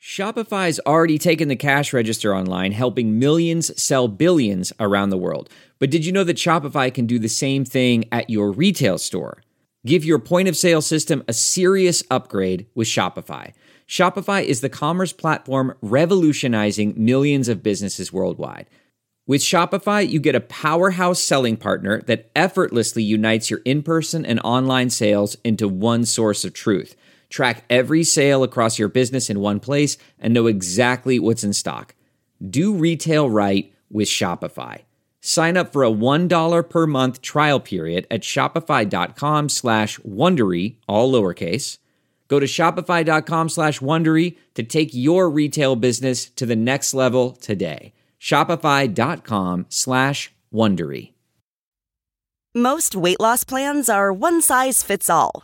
Shopify's already taken the cash register online, helping millions sell billions around the world. But did you know that Shopify can do the same thing at your retail store? Give your point of sale system a serious upgrade with Shopify. Shopify is the commerce platform revolutionizing millions of businesses worldwide. With Shopify, you get a powerhouse selling partner that effortlessly unites your in person and online sales into one source of truth. Track every sale across your business in one place and know exactly what's in stock. Do retail right with Shopify. Sign up for a $1 per month trial period at shopify.com slash Wondery, all lowercase. Go to shopify.com slash Wondery to take your retail business to the next level today. Shopify.com slash Wondery. Most weight loss plans are one size fits all,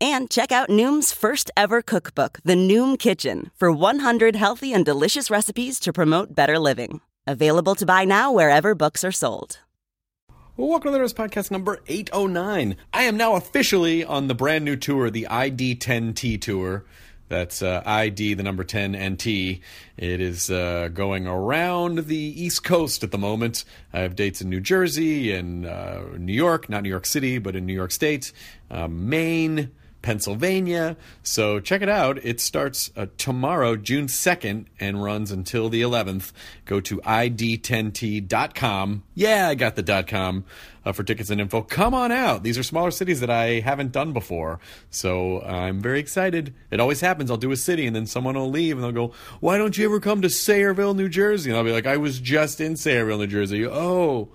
And check out Noom's first ever cookbook, The Noom Kitchen, for 100 healthy and delicious recipes to promote better living. Available to buy now wherever books are sold. Well, welcome to the Rose Podcast number 809. I am now officially on the brand new tour, the ID10T Tour. That's uh, ID, the number 10, and T. It is uh, going around the East Coast at the moment. I have dates in New Jersey and uh, New York, not New York City, but in New York State, uh, Maine, Pennsylvania. So check it out. It starts uh, tomorrow, June 2nd, and runs until the 11th. Go to ID10T.com. Yeah, I got the dot .com uh, for tickets and info. Come on out. These are smaller cities that I haven't done before. So I'm very excited. It always happens. I'll do a city and then someone will leave and they'll go, Why don't you ever come to Sayreville, New Jersey? And I'll be like, I was just in Sayreville, New Jersey. Oh,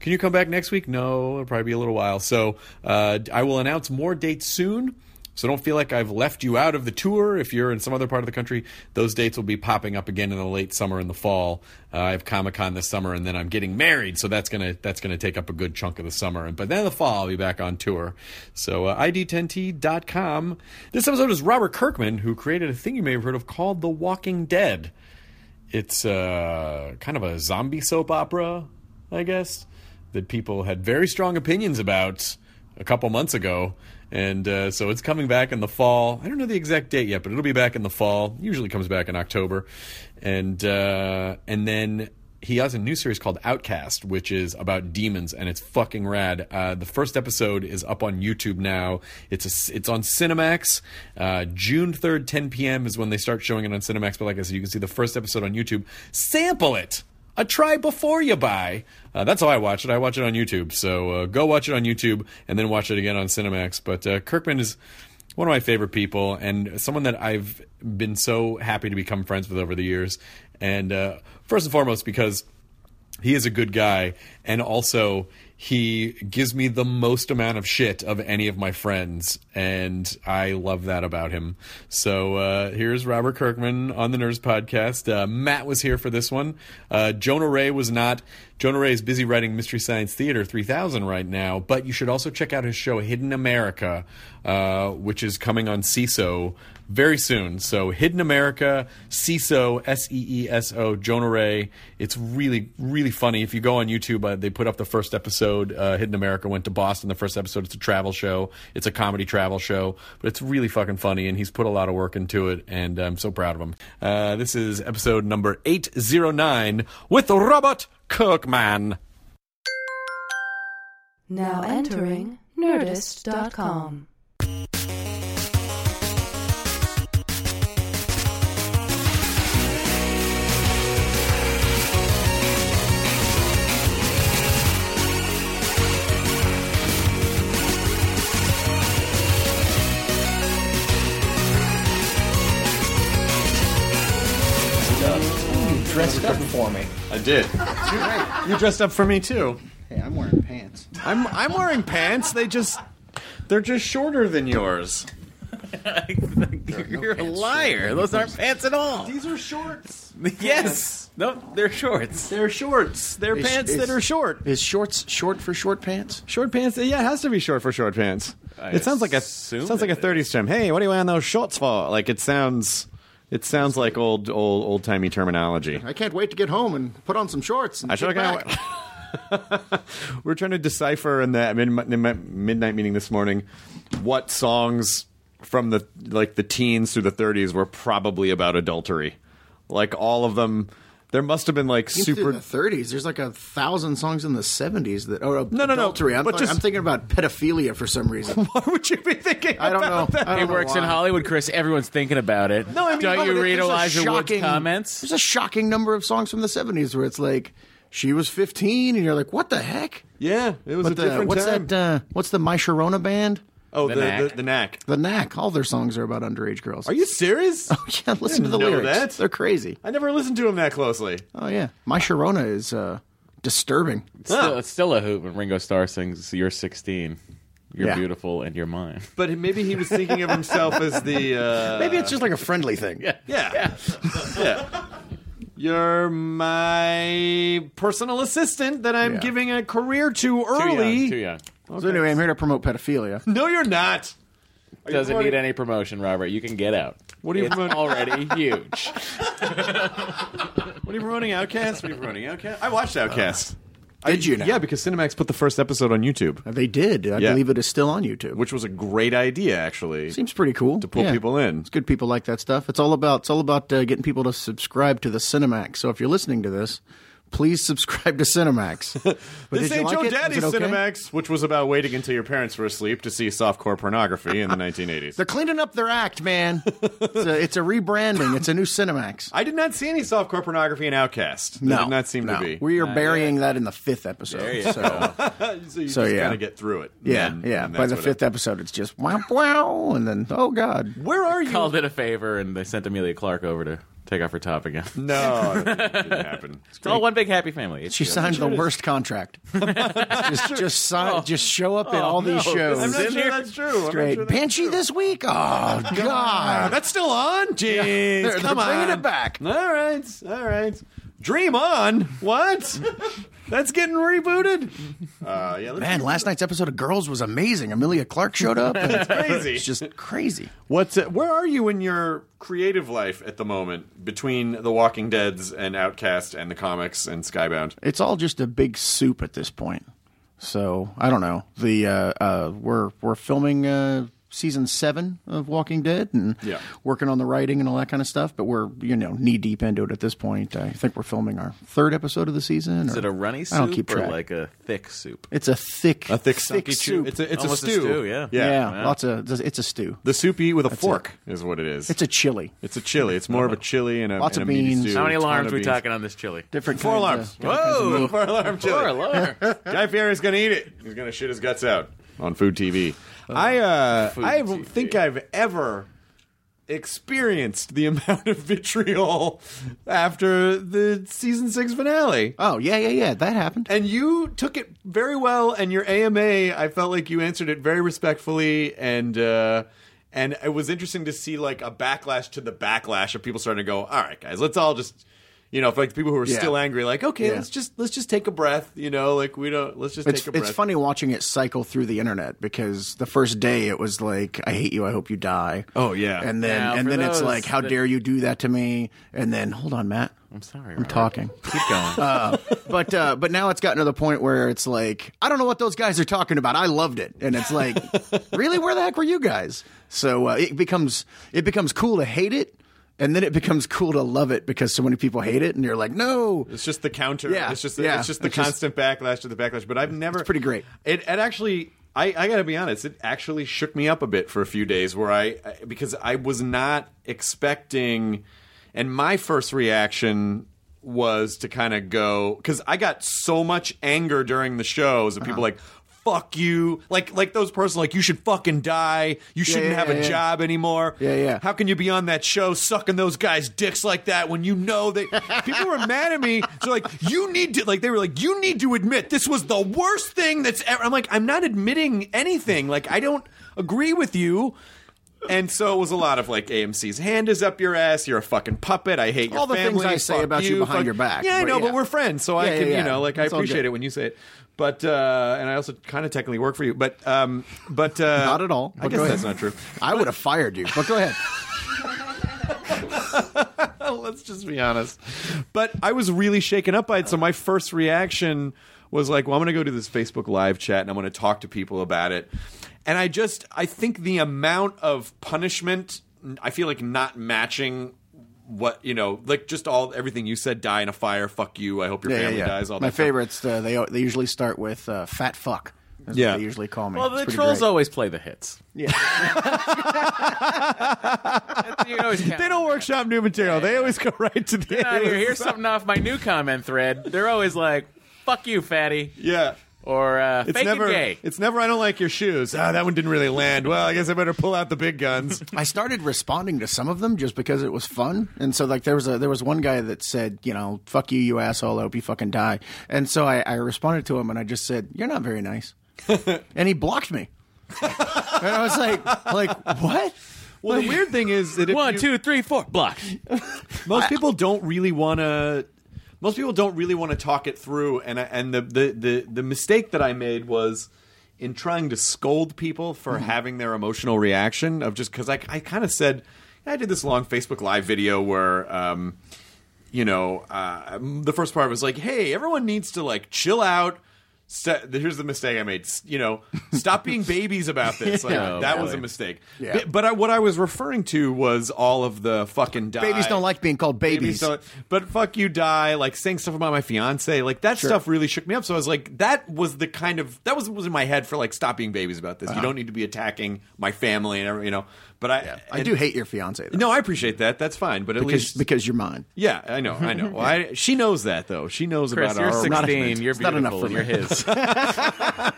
can you come back next week? No, it'll probably be a little while. So uh, I will announce more dates soon. So don't feel like I've left you out of the tour. If you're in some other part of the country, those dates will be popping up again in the late summer and the fall. Uh, I have Comic Con this summer, and then I'm getting married, so that's gonna that's gonna take up a good chunk of the summer. And but then in the fall, I'll be back on tour. So uh, id10t.com. This episode is Robert Kirkman, who created a thing you may have heard of called The Walking Dead. It's uh, kind of a zombie soap opera, I guess, that people had very strong opinions about a couple months ago. And uh, so it's coming back in the fall. I don't know the exact date yet, but it'll be back in the fall. Usually comes back in October, and uh, and then he has a new series called Outcast, which is about demons, and it's fucking rad. Uh, the first episode is up on YouTube now. It's a, it's on Cinemax. Uh, June third, 10 p.m. is when they start showing it on Cinemax. But like I said, you can see the first episode on YouTube. Sample it a try before you buy. Uh, that's how I watch it. I watch it on YouTube. So uh, go watch it on YouTube and then watch it again on Cinemax. But uh, Kirkman is one of my favorite people and someone that I've been so happy to become friends with over the years. And uh, first and foremost, because he is a good guy and also he gives me the most amount of shit of any of my friends and i love that about him so uh, here's robert kirkman on the nerds podcast uh, matt was here for this one uh, jonah ray was not jonah ray is busy writing mystery science theater 3000 right now but you should also check out his show hidden america uh, which is coming on CISO very soon. So Hidden America, CISO, S E E S O, Jonah Ray. It's really, really funny. If you go on YouTube, uh, they put up the first episode. Uh, Hidden America went to Boston. The first episode. It's a travel show. It's a comedy travel show, but it's really fucking funny, and he's put a lot of work into it, and I'm so proud of him. Uh, this is episode number eight zero nine with Robert Kirkman. Now entering Nerdist.com. dressed up for me. I did. You dressed up for me too. Hey, I'm wearing pants. I'm I'm wearing pants. They just they're just shorter than yours. You're a liar. Those aren't pants at all. These are shorts. Yes. No, they're shorts. They're shorts. They're It's- pants that it's- are short. Is shorts short for short pants? Short pants. Yeah, it has to be short for short pants. I it sounds like a assume sounds like a it is. '30s term. Hey, what are you wearing those shorts for? Like it sounds. It sounds like old old old timey terminology. I can't wait to get home and put on some shorts. And I sure get can't. back. We're trying to decipher in the midnight, midnight meeting this morning what songs from the like the teens through the 30s were probably about adultery. Like all of them, there must have been like Even super. through the 30s. There's like a thousand songs in the 70s that oh no, no. adultery. I'm, But th- just- I'm thinking about pedophilia for some reason. Why would you be thinking? I don't know. about that? I don't It know works in why. Hollywood, Chris. Everyone's thinking about it. No, I mean- don't No, but you read there's a Elijah Wood's shocking- comments? There's a shocking number of songs from the 70s where it's like she was 15 and you're like, what the heck? Yeah, it was But a the- different what's time. that? Uh, what's the My Sharona band? oh, the The Knack. the, the knack. The Knack. All their songs are about underage girls. Are you serious? Oh, yeah, listen to the know lyrics. that. They're crazy. I never listened to him that closely. Oh yeah, My Sharona is uh, disturbing. It's still, it's still a hoot when Ringo Starr sings "You're 16, You're Yeah. Beautiful, and You're Mine." But maybe he was thinking of himself as the. Uh, Maybe it's just like a friendly thing. Yeah. Yeah. yeah. You're my personal assistant that I'm Yeah. giving a career to Too young, early. too young. So anyway, I'm here to promote pedophilia. No, you're not. Are you Doesn't promoting- need any promotion, Robert. You can get out. What are you It's promoting? already huge. What are you promoting? Outcast? What are you promoting? Outcast? I watched Outcast. Uh, Did you? Now? yeah, because Cinemax put the first episode on YouTube, they did. I Yeah. believe it is still on YouTube. which was a great idea, actually. seems pretty cool to pull people in. It's good people like that stuff. It's all about it's all about uh, getting people to subscribe to the Cinemax. So if you're listening to this, please subscribe to Cinemax. But this did you ain't like your it? Was daddy's it okay? Cinemax, which was about waiting until your parents were asleep to see softcore pornography in the 1980s. They're cleaning up their act, man. it's, a, it's a rebranding. It's a new Cinemax. I did not see any softcore pornography in Outcast. There no, did not seem no. to be. We are burying that in the fifth episode. so, so you So, just yeah. kind of get through it. yeah, And- yeah. and By that's the what fifth it- episode, it's just wow, wow, and then oh god, where are you? Called it a favor, and they sent Amelia Clark over to take off her top again. It's No, it didn't happen. all one big happy family. It's She signed the worst contract. just, just, sign, just show up at all these shows. Oh. I'm not sure here. that's true. I'm not Great. sure that's Banshee true. this week? Oh, God. That's still on. Jeez, they're come on. bringing it back. All right, all right. Dream on. What? that's getting rebooted. Uh, yeah, that's Man, last night's episode of Girls was amazing. Amelia Clark showed up. and it's- crazy. it's just crazy. What's it, where are you in your creative life at the moment between The Walking Dead's and Outcast and the comics and Skybound? It's all just a big soup at this point. So I don't know. The uh, uh, we're we're filming uh, season seven of Walking Dead and Yeah. working on the writing and all that kind of stuff. But we're you know knee deep into it at this point. I think we're filming our third episode of the season. Is it a runny soup I don't keep or track. like a thick soup? It's a thick, A thick, thick stinky soup. soup. It's a it's Almost a a stew. stew, yeah. yeah. yeah, lots of it's a stew. The soup you eat with a fork is what it is. It's a chili. it's a chili. It's more of a chili and a Lots and of a meaty beans. stew. How many Ton alarms of we beans. talking on this chili? Different Four kinds alarms. of- Whoa, four alarm chili. Four alarms. Guy Fieri's gonna eat it. He's gonna shit his guts out on food TV. I uh, I don't TV. think I've ever experienced the amount of vitriol after the season six finale. oh yeah, yeah, yeah. That happened. And you took it very well, and your AMA, I felt like you answered it very respectfully, and uh, and it was interesting to see like a backlash to the backlash of people starting to go, all right, guys, let's all just. You know, for like the people who are Yeah. still angry, like, okay, Yeah. let's just let's just take a breath. You know, like we don't let's just It's, take a breath. it's funny watching it cycle through the internet because the first day it was like, "I hate you, I hope you die." Oh, yeah. and then Now, and for then it's those like, "How that- dare you do that to me?" And then, hold on, Matt, I'm sorry. I'm Robert. talking. Keep going. Uh, but uh, but now it's gotten to the point where it's like, I don't know what those guys are talking about. I loved it, and it's like, really, where the heck were you guys? So uh, it becomes it becomes cool to hate it. And then it becomes cool to love it because so many people hate it, and you're like, no, It's just the counter. Yeah, it's just the, yeah. it's just the It's just- constant backlash to the backlash. But I've never. pretty great. It, it actually, I, I got to be honest, it actually shook me up a bit for a few days where I I- because I was not expecting, and my first reaction was to kind of go because I got so much anger during the shows and people Uh-huh. like. Fuck you! Like like those person like you should fucking die. You shouldn't yeah, have a yeah. job anymore. Yeah, yeah. How can you be on that show sucking those guys' dicks like that when you know that people were mad at me? So like, you need to like they were like, you need to admit this was the worst e-" thing that's ever. I'm like, I'm not admitting anything. Like I don't agree with you. and so it was a lot of like AMC's hand is up your ass. You're a fucking puppet. I hate your All the things family, I say fuck about you behind your back, Yeah, I but know, yeah. but we're friends, so I Yeah, can yeah, you know yeah. like I It's all appreciate good. it when you say it. But uh, and I also kind of technically work for you, but um, but uh, Not at all, I but guess go that's ahead. not true. I would have fired you, but go ahead. Let's just be honest. But I was really shaken up by it. So my first reaction was like, well, I'm going to go to this Facebook live chat and I'm going to talk to people about it. And I just, I think the amount of punishment, I feel like not matching what, you know, like just all, everything you said, die in a fire, fuck you, I hope your Yeah, yeah, family yeah. dies, all My that. stuff. favorites, uh, they they usually start with uh, "fat fuck." That's Yeah. what they usually call me. Well, It's the pretty trolls great. always play the hits. Yeah. you always count. They don't workshop new material. They always go right to the Get out of here. Here's something off my new comment thread. They're always like, "Fuck you, fatty," Yeah. or uh, It's "Fake never, and gay." it's never, I don't like your shoes. Ah, that one didn't really land. Well, I guess I better pull out the big guns. I started responding to some of them just because it was fun, and so like there was a there was one guy that said, you know, "fuck you, you asshole, I hope you fucking die," and so I, I responded to him and I just said, "You're not very nice," and he blocked me, and I was like, like what? Well, the weird thing is that if One, you- two, three, four. Block. most people don't really want to most people don't really want to talk it through and I, and the, the the the mistake that i made was in trying to scold people for Mm-hmm. having their emotional reaction of just because i, I kind of said i did this long facebook live video where um you know uh, the first part was like hey everyone needs to like chill out St- here's the mistake I made. S- You know, stop being babies about this. Like, Yeah, that was really. a mistake. Yeah. But, but I, what I was referring to was all of the fucking die. Babies don't like being called Babies babies. don't- but fuck you die like saying stuff about my fiance like that stuff really shook me up so i was like that was the kind of that was what was in my head for like stop being babies about this Uh-huh. you don't need to be attacking my family and every- you know but i I and- do hate your fiance though, no i appreciate that that's fine but at because least because you're mine. yeah i know i know well, I, she knows that though she knows Chris, about you're our 16. You're It's not enough beautiful. and for You're me. his.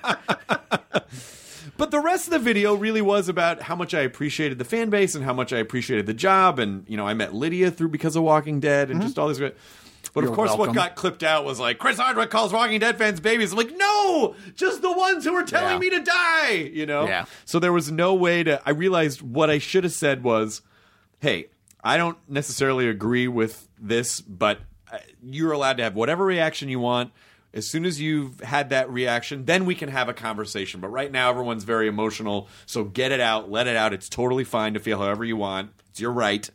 But the rest of the video really was about how much I appreciated the fan base and how much I appreciated the job. And, you know, I met Lydia through Because of Walking Dead and just all this. great- But of Mm-hmm. You're course, what welcome. got clipped out was like, Chris Hardwick calls Walking Dead fans babies. I'm like, no, just the ones who are telling me Yeah. to die, you know? Yeah. So there was no way to. I realized what I should have said was, hey, I don't necessarily agree with this, but uh, you're allowed to have whatever reaction you want. As soon as you've had that reaction, then we can have a conversation. But right now, everyone's very emotional. So get it out, let it out. It's totally fine to feel however you want. It's your right.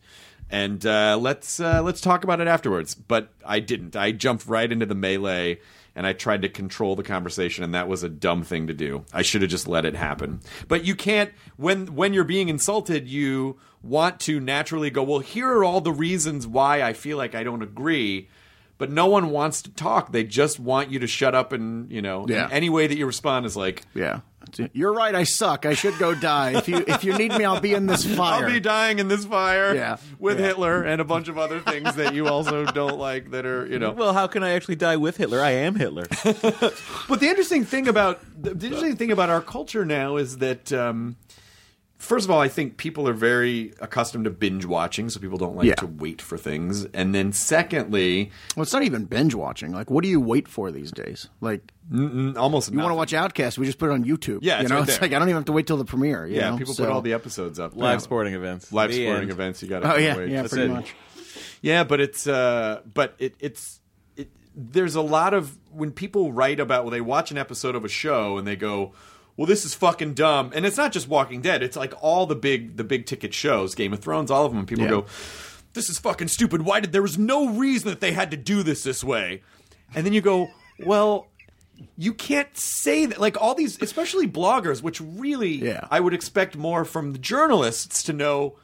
And uh, let's uh, let's talk about it afterwards. But I didn't. I jumped right into the melee and I tried to control the conversation, and that was a dumb thing to do. I should have just let it happen. But you can't when when you're being insulted, you want to naturally go, well, here are all the reasons why I feel like I don't agree. But no one wants to talk. They just want you to shut up and you know. and Yeah. any way that you respond is like, Yeah. You're right. I suck. I should go die. If you if you need me, I'll be in this fire. I'll be dying in this fire Yeah. with Yeah. Hitler and a bunch of other things that you also don't like that are you know. well, how can I actually die with Hitler? I am Hitler. But the interesting thing about the interesting thing about our culture now is that um, first of all, I think people are very accustomed to binge watching, so people don't like Yeah. to wait for things. And then secondly, Well, it's not even binge watching. Like, what do you wait for these days? Like, n- almost you want to watch Outcast? We just put it on YouTube. Yeah, it's you know, right it's there. like I don't even have to wait till the premiere. you Yeah, know? people put So- all the episodes up. Live Yeah. sporting events. Live The sporting end. events. You got to Oh yeah, wait. yeah, That's pretty it. much. Yeah, but it's uh, but it, it's it, there's a lot of when people write about well they watch an episode of a show and they go well this is fucking dumb and it's not just Walking Dead it's like all the big the big ticket shows Game of Thrones all of them and people Yeah. go this is fucking stupid why did there was no reason that they had to do this this way and then you go well. You can't say that, like all these, especially bloggers, which really Yeah. I would expect more from the journalists to know.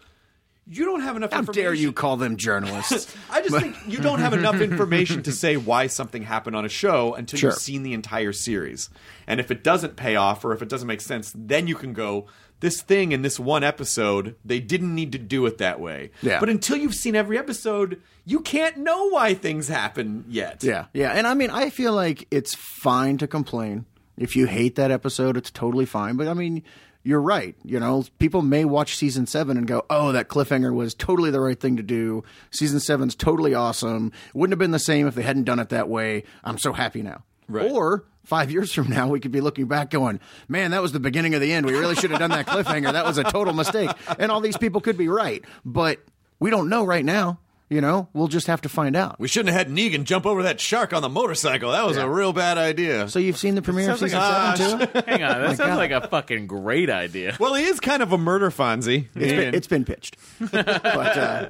You don't have enough. How information. dare you call them journalists? I just think you don't have enough information to say why something happened on a show until Sure. you've seen the entire series. And if it doesn't pay off or if it doesn't make sense, then you can go, this thing in this one episode, they didn't need to do it that way. Yeah. But until you've seen every episode, you can't know why things happen yet. yeah, yeah. And I mean, I feel like it's fine to complain if you hate that episode. It's totally fine. But I mean. You're right. You know, people may watch season seven and go, "Oh, that cliffhanger was totally the right thing to do. Season seven's totally awesome. Wouldn't have been the same if they hadn't done it that way. I'm so happy now." Right. Or five years from now, we could be looking back going, man, that was the beginning of the end. We really should have done that cliffhanger. That was a total mistake. And all these people could be right. But we don't know right now. You know, we'll just have to find out. We shouldn't have had Negan jump over that shark on the motorcycle. That was a real bad idea. So you've seen the premiere of Sounds season like- seven, too? Hang on, that sounds God. like a fucking great idea. well, he is kind of a murder Fonzie. It's been, it's been pitched. but uh,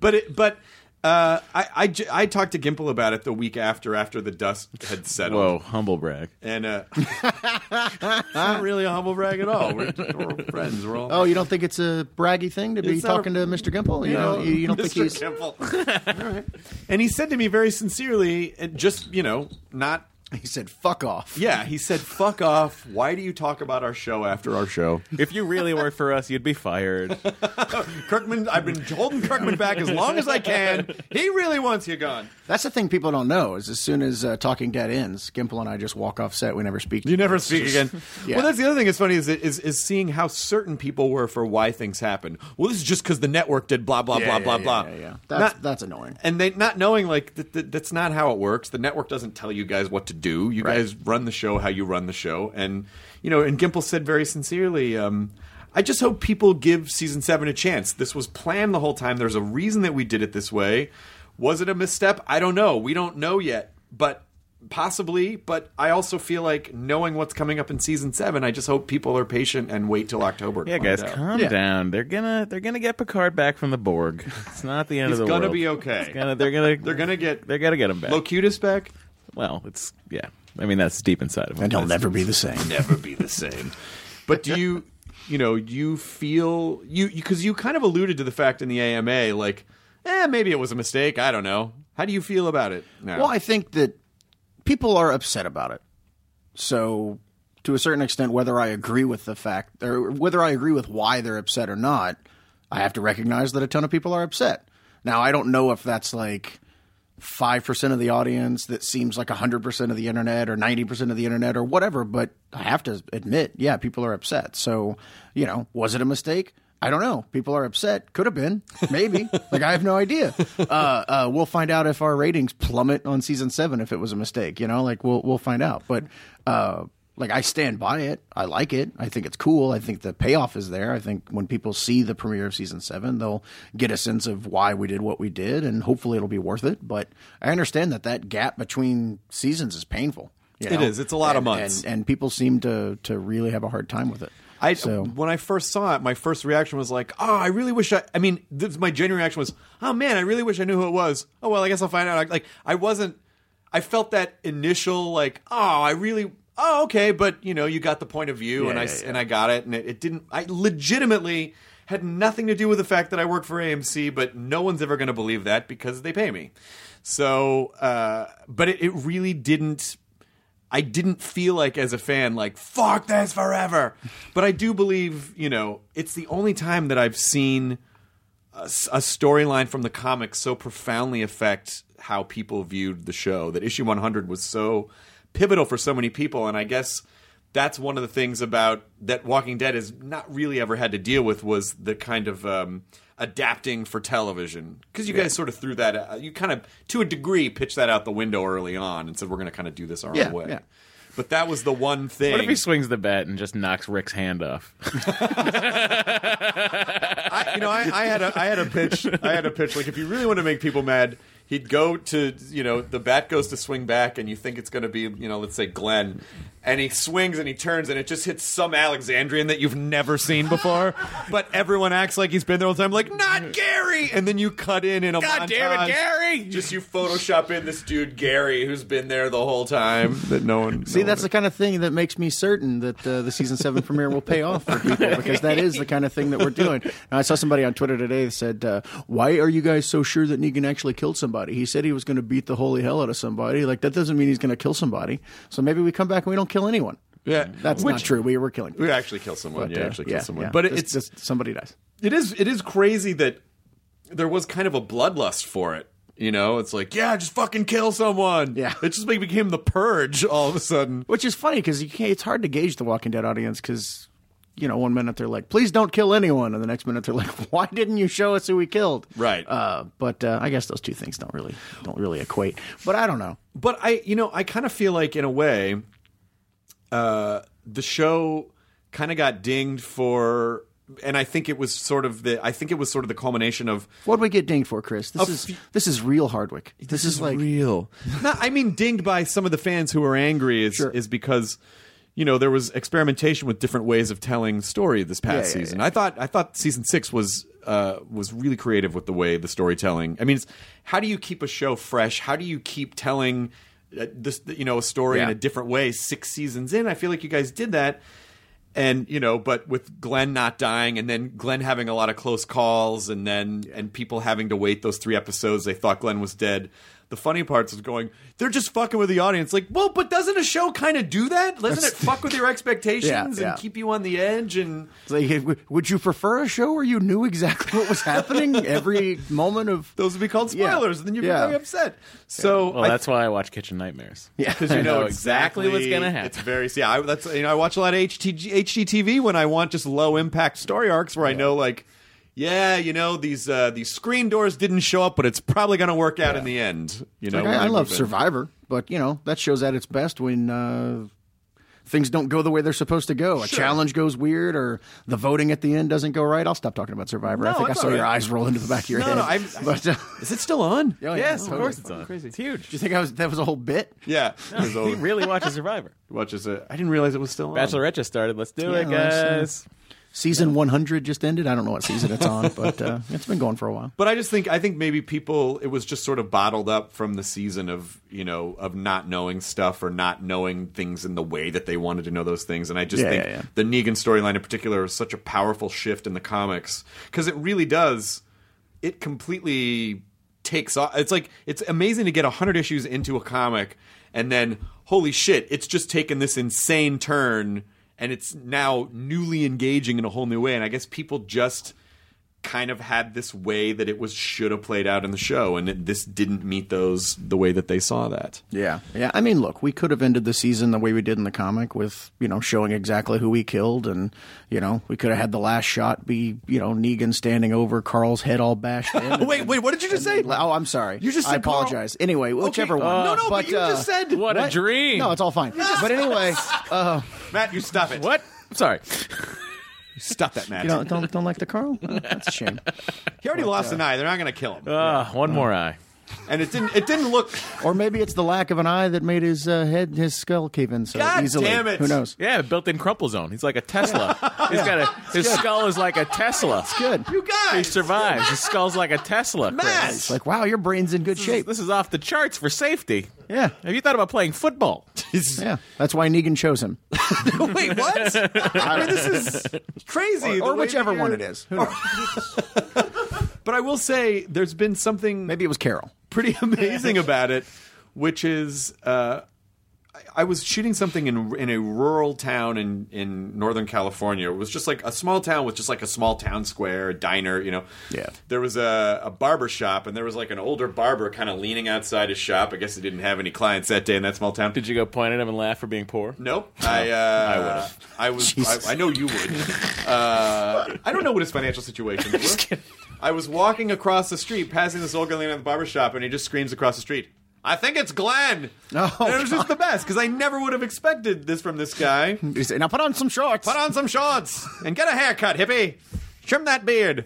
But it, but uh, I, I j- I talked to Gimple about it the week after after the dust had settled. Whoa, humble brag. And uh, it's not really a humble brag at all. We're, we're friends. We're all. oh, you don't think it's a braggy thing to be It's not a- talking to Mr. Gimple? You know, you, you don't Mr. think he's Gimple. All right. And he said to me very sincerely, and just you know, not he said fuck off. yeah. He said, "Fuck off. Why do you talk about our show after our show?" If you really worked for us, you'd be fired. Kirkman, I've been holding Kirkman back as long as I can. He really wants you gone. That's the thing people don't know is as soon as uh, Talking Dead ends, Gimple and I just walk off set. We never speak. You never speak again. Yeah. Well, that's the other thing that's funny is, is is seeing how certain people were for why things happened. Well, this is just because the network did blah blah Yeah, blah yeah, blah yeah, blah. yeah, yeah. That's- Not- that's annoying. And they not knowing like that, that, that's not how it works. The network doesn't tell you guys what to do. You guys run the show how you run the show. And you know, and Gimple said very sincerely. Um, I just hope people give season seven a chance. This was planned the whole time. There's a reason that we did it this way. Was it a misstep? I don't know. We don't know yet. But possibly but i also feel like knowing what's coming up in season seven i just hope people are patient and wait till october to Yeah, find guys, out. calm down. They're gonna they're gonna get Picard back from the Borg. It's not the end He's of the gonna world. be okay. It's gonna- they're gonna they're gonna get they're gonna get him back. locutus back well, it's yeah. I mean, that's deep inside of him. And he'll never be the same. never be the same but do you you know you feel you because you, kind of alluded to the fact in the ama like eh maybe it was a mistake i don't know how do you feel about it now Well, I think that people are upset about it. So, to a certain extent, whether I agree with the fact or whether I agree with why they're upset or not, I have to recognize that a ton of people are upset. Now, I don't know if that's like 5% of the audience that seems like 100% of the internet or 90% of the internet or whatever, but I have to admit, yeah, people are upset. So, you know, was it a mistake? I don't know. People are upset. Could have been. Maybe. like, I have no idea. Uh, uh, we'll find out if our ratings plummet on season seven if it was a mistake, you know? Like, we'll, we'll find out. But, uh, like I stand by it. I like it. I think it's cool. I think the payoff is there. I think when people see the premiere of season seven, they'll get a sense of why we did what we did, and hopefully it'll be worth it. But I understand that that gap between seasons is painful. you It know? is. It's a lot of And- months. and, and people seem to to really have a hard time with it. I so when I first saw it, my first reaction was like, "Oh, I really wish I." I mean, this, my genuine reaction was, "Oh man, I really wish I knew who it was." Oh well, I guess I'll find out. Like, I wasn't. I felt that initial like, "Oh, I really." Oh, okay, but you know, you got the point of view, and I s- and I got it, and it, it didn't. I legitimately had nothing to do with the fact that I work for AMC, but no one's ever going to believe that because they pay me. So, uh, but it, it really didn't I didn't feel like as a fan like fuck this forever. But I do believe, you know, it's the only time that I've seen a, s- a storyline from the comics so profoundly affect how people viewed the show. That issue 100 was so pivotal for so many people and I guess that's one of the things about that Walking Dead has not really ever had to deal with was the kind of um, adapting for television because you guys sort of threw that out, you kind of to a degree pitched that out the window early on and said we're going to kind of do this our Yeah, own way. yeah. But that was the one thing. What if he swings the bat and just knocks Rick's hand off? I, you know, I, I had a I had a pitch. I had a pitch. Like if you really want to make people mad, he'd go to you know the bat goes to swing back, and you think it's going to be you know let's say Glenn, and he swings and he turns and it just hits some Alexandrian that you've never seen before, but everyone acts like he's been there all the time. Like not Gary, and then you cut in in a God damn it, montage. Gary! Just you Photoshop in this dude Gary who's been there the whole time that no one See, no that's one- the kind of thing that makes me certain that uh, the season seven premiere will pay off for people because that is the kind of thing that we're doing. And I saw somebody on Twitter today that said, uh, "Why are you guys so sure that Negan actually killed somebody? He said he was going to beat the holy hell out of somebody. Like that doesn't mean he's going to kill somebody. So maybe we come back and we don't kill anyone. Yeah. that's not Which- true. We were killing. we People. actually kill someone. yeah, uh, actually kill yeah, someone. yeah. But Just- it's just somebody dies. it is it is crazy that there was kind of a bloodlust for it. You know, it's like yeah, just fucking kill someone. Yeah. it just like became the purge all of a sudden. Which is funny because you can't. It's hard to gauge the Walking Dead audience because you know, one minute they're like, please don't kill anyone. And the next minute they're like, why didn't you show us who we killed? Right. Uh, but uh, I guess those two things don't really don't really equate. But I don't know. but I, you know, I kind of feel like in a way, uh, the show kind of got dinged for, and I think it was sort of the, I think it was sort of the culmination of What would we get dinged for, Chris? This A is few- this is real Hardwick. This, is, like real. no, I mean dinged by some of the fans who are angry is is because you know there was experimentation with different ways of telling story this past Yeah, yeah, season. I thought I thought season six was uh, was really creative with the way the storytelling. I mean, it's, how do you keep a show fresh? How do you keep telling uh, this you know a story in Yeah. a different way six seasons in? I feel like you guys did that and you know but with glenn not dying and then glenn having a lot of close calls and then and people having to wait those three episodes they thought glenn was dead the funny parts is going they're just fucking with the audience like well but doesn't a show kind of do that doesn't it fuck with your expectations Yeah, and yeah. keep you on the edge and It's like, w- would you prefer a show where you knew exactly what was happening every moment of those would be called Yeah. spoilers and then you'd be Yeah. very upset so Well, I- that's why I watch Kitchen Nightmares. Yeah. because you know, know exactly what's gonna happen. It's very yeah. I, that's you know I watch a lot of HTG, HGTV when I want just low impact story arcs where I know like yeah you know these uh, these screen doors didn't show up but it's probably going to work out in the end. You know Like, when I, I they love move in. Survivor, but you know that show's at its best when uh, things don't go the way they're supposed to go. A challenge goes weird, or the voting at the end doesn't go right. I'll stop talking about Survivor. I No, think I it's saw all your right. eyes roll into the back of your No, head. no, I'm- but, uh, Is it still on? Oh, yeah, yes, yeah, of totally. course it's on. Crazy. It's huge. do you think I was that was a whole bit? Yeah, There's he always- really watches Survivor. watches it. I didn't realize it was still on. Bachelorette just started. Let's do it, Yeah, that's, uh, guys. Season 100 just ended. I don't know what season it's on, but uh, it's been going for a while. But I just think I think maybe people it was just sort of bottled up from the season of you know of not knowing stuff or not knowing things in the way that they wanted to know those things, and I just Yeah, think yeah, yeah. the Negan storyline in particular is such a powerful shift in the comics because it really does it completely takes off. It's like it's amazing to get hundred issues into a comic and then holy shit, it's just taken this insane turn and it's now newly engaging in a whole new way. And I guess people just kind of had this way that it was should have played out in the show, and it, this didn't meet those the way that they saw that. Yeah, yeah. I mean, look, we could have ended the season the way we did in the comic, with you know showing exactly who we killed, and you know we could have had the last shot be you know Negan standing over Carl's head all bashed in. Oh, Wait, wait, what did you just say? Oh, I'm sorry. You just I said Carl- apologize. Anyway, whichever one. no, no, but, you uh, just said What, a dream. No, it's all fine. But anyway, uh, Matt, you stop it. what? I'm sorry. Stop that, Matt. you don't, don't don't like the Carl? Oh, that's a shame. he already lost an eye. They're not going to kill him, Uh, one more eye. and it didn't. It didn't look. Or maybe it's the lack of an eye that made his uh, head his skull cave in so God easily. damn it. Who knows? Yeah, built-in crumple zone. He's like a Tesla. He's got a his skull is like a Tesla. Good. You He guys, survives. His skull's like a Tesla. Chris. Matt. Like wow, your brain's in good shape. This is off the charts for safety. Yeah. Have you thought about playing football? Yeah, that's why Negan chose him. Wait, what? I mean, this is crazy. Or whichever one it is. Who knows? But I will say, there's been something Maybe it was Carol. pretty amazing about it, which is uh, I, I was shooting something in in a rural town in in Northern California. It was just like a small town with just like a small town square, a diner, you know. Yeah. There was a, a barber shop, and there was like an older barber kind of leaning outside his shop. I guess he didn't have any clients that day in that small town. Did you go point at him and laugh for being poor? Nope. I uh, I, was. I, I know you would. Uh, I don't know what his financial situation was. I was walking across the street, passing this old guy leaning on the barber shop, and he just screams across the street. I think it's Glenn. Oh, and it was just the best because I never would have expected this from this guy. He said, now put on some shorts. Put on some shorts and get a haircut, hippie. Trim that beard.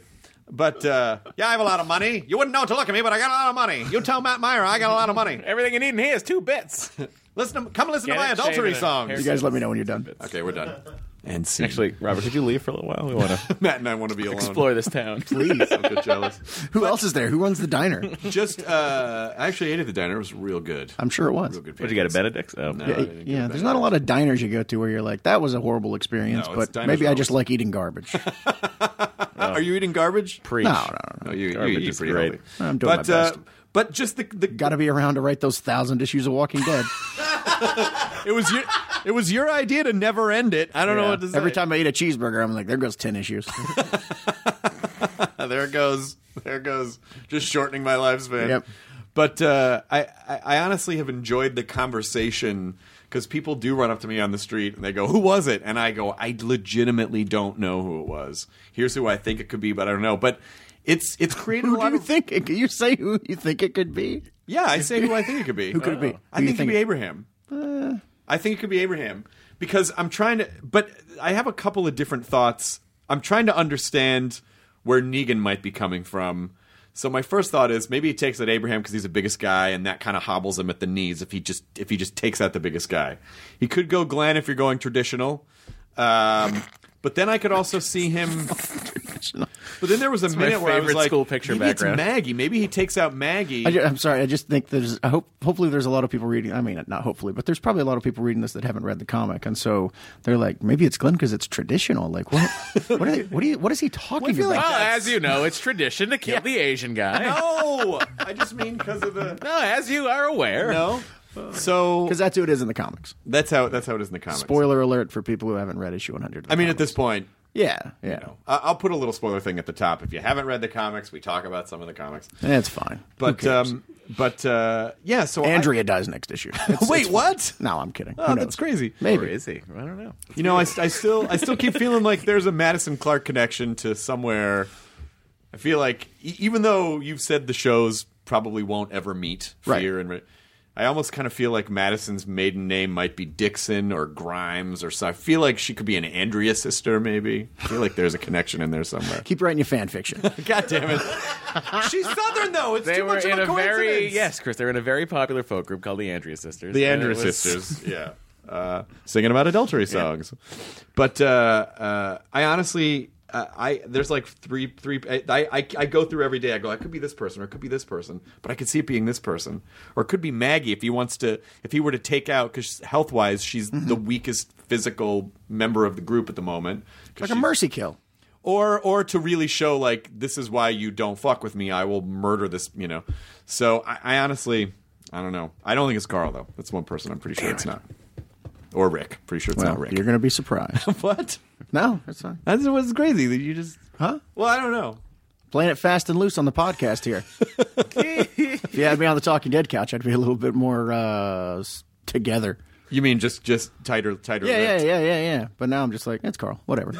But uh, yeah, I have a lot of money. You wouldn't know to look at me, but I got a lot of money. You tell Matt Meyer I got a lot of money. Everything you need in here is two bits. Listen, to, come listen Get to my it, shave adultery it, songs. you guys let me know when you're done. Okay, we're done. And see. Actually, Robert, could you leave for a little while? We want to Matt and I want to be alone. explore this town. Please. I'm good jealous. Who else is there? Who runs the diner? Just, uh, I actually ate at the diner. It was real good. I'm sure it was. Real good. What'd you get, a Benedict? Oh, No, yeah. I didn't get Yeah, a there's Benedict. not a lot of diners you go to where you're like, that was a horrible experience, No, it's but diners maybe I are just always- like eating garbage. no, Uh, Are you eating garbage? Preach. no, no. No, you, you Garbage eat is pretty great. healthy. I'm doing my but, best. Uh, but just the, the Got to be around to write those thousand issues of Walking Dead. it was your it was your idea to never end it. I don't know Yeah. what to say. Every time I eat a cheeseburger, I'm like, there goes 10 issues. there it goes. There it goes. Just shortening my lifespan. Yep. But uh, I, I, I honestly have enjoyed the conversation because people do run up to me on the street and they go, "Who was it?" And I go, "I legitimately don't know who it was. Here's who I think it could be, but I don't know." But it's it's created a Who do lot you of think? It, you say who you think it could be? yeah, I say who I think it could be. Uh, Who could it be? I Who you think it could think be it- Uh. Abraham. I think it could be Abraham because I'm trying to, but I have a couple of different thoughts. I'm trying to understand where Negan might be coming from. So my first thought is maybe he takes out Abraham because he's the biggest guy, and that kind of hobbles him at the knees if he just if he just takes out the biggest guy. He could go Glenn if you're going traditional, um, but then I could also see him. But then there was a my minute where I was favorite like, school picture maybe background. it's Maggie. Maybe he takes out Maggie. I am sorry. I just think there's. I hope. Hopefully, there's a lot of people reading. I mean, not hopefully, but there's probably a lot of people reading this that haven't read the comic, and so they're like, maybe it's Glenn because it's traditional. Like, what? what are they? What are you? What is he talking about? Well, Ah, as you know, it's tradition to kill the Asian guy. no, I just mean because of the No, as you are aware. no. So Because that's who it is in the comics. that's how that's how it is in the comics. Uh, Spoiler alert for people who haven't read issue 100. I mean, at this point, yeah, yeah, I- I'll put a little spoiler thing at the top. If you haven't read the comics, we talk about some of the comics. that's fine. Who But cares? um, but uh, yeah. So I- Andrea dies next issue. It's- wait, it's fine. what? No, I'm kidding. Oh, Who that's knows? crazy. Maybe. Or is he? I don't know. You know, I, I still I still keep feeling like there's a Madison Clark connection to somewhere. I feel like e- even though you've said the shows probably won't ever meet Right. fear and. Re- I almost kind of feel like Madison's maiden name might be Dixon or Grimes or so. I feel like she could be an Andrea sister, maybe. I feel like there's a connection in there somewhere. Keep writing your fan fiction. God damn it! She's Southern though. It's They too were much in of a, a very coincidence. yes, Chris. They're in a very popular folk group called the Andrea Sisters. the And it Andrew was- sisters. yeah, uh, singing about adultery songs. But uh, uh, I honestly, uh, I there's like three, three. I, I I go through every day. I go, I could be this person, or it could be this person, but I could see it being this person, or it could be Maggie if he wants to, if he were to take out because health wise, she's Mm-hmm. the weakest physical member of the group at the moment. 'Cause like a she's- mercy kill. or or to really show like this is why you don't fuck with me. I will murder this. You know. So I, I honestly, I don't know. I don't think it's Carl though. That's one person I'm pretty sure it's not. Or Rick. Pretty sure it's Well, not Rick. you're gonna be surprised. What? no, that's fine. That's what's crazy that you just. Huh? Well, I don't know. Playing it fast and loose on the podcast here. if you had me on the Talking Dead couch, I'd be a little bit more uh, s- together. You mean just just tighter tighter? Yeah, yeah, lipped. yeah, yeah, yeah. But now I'm just like, it's Carl. Whatever.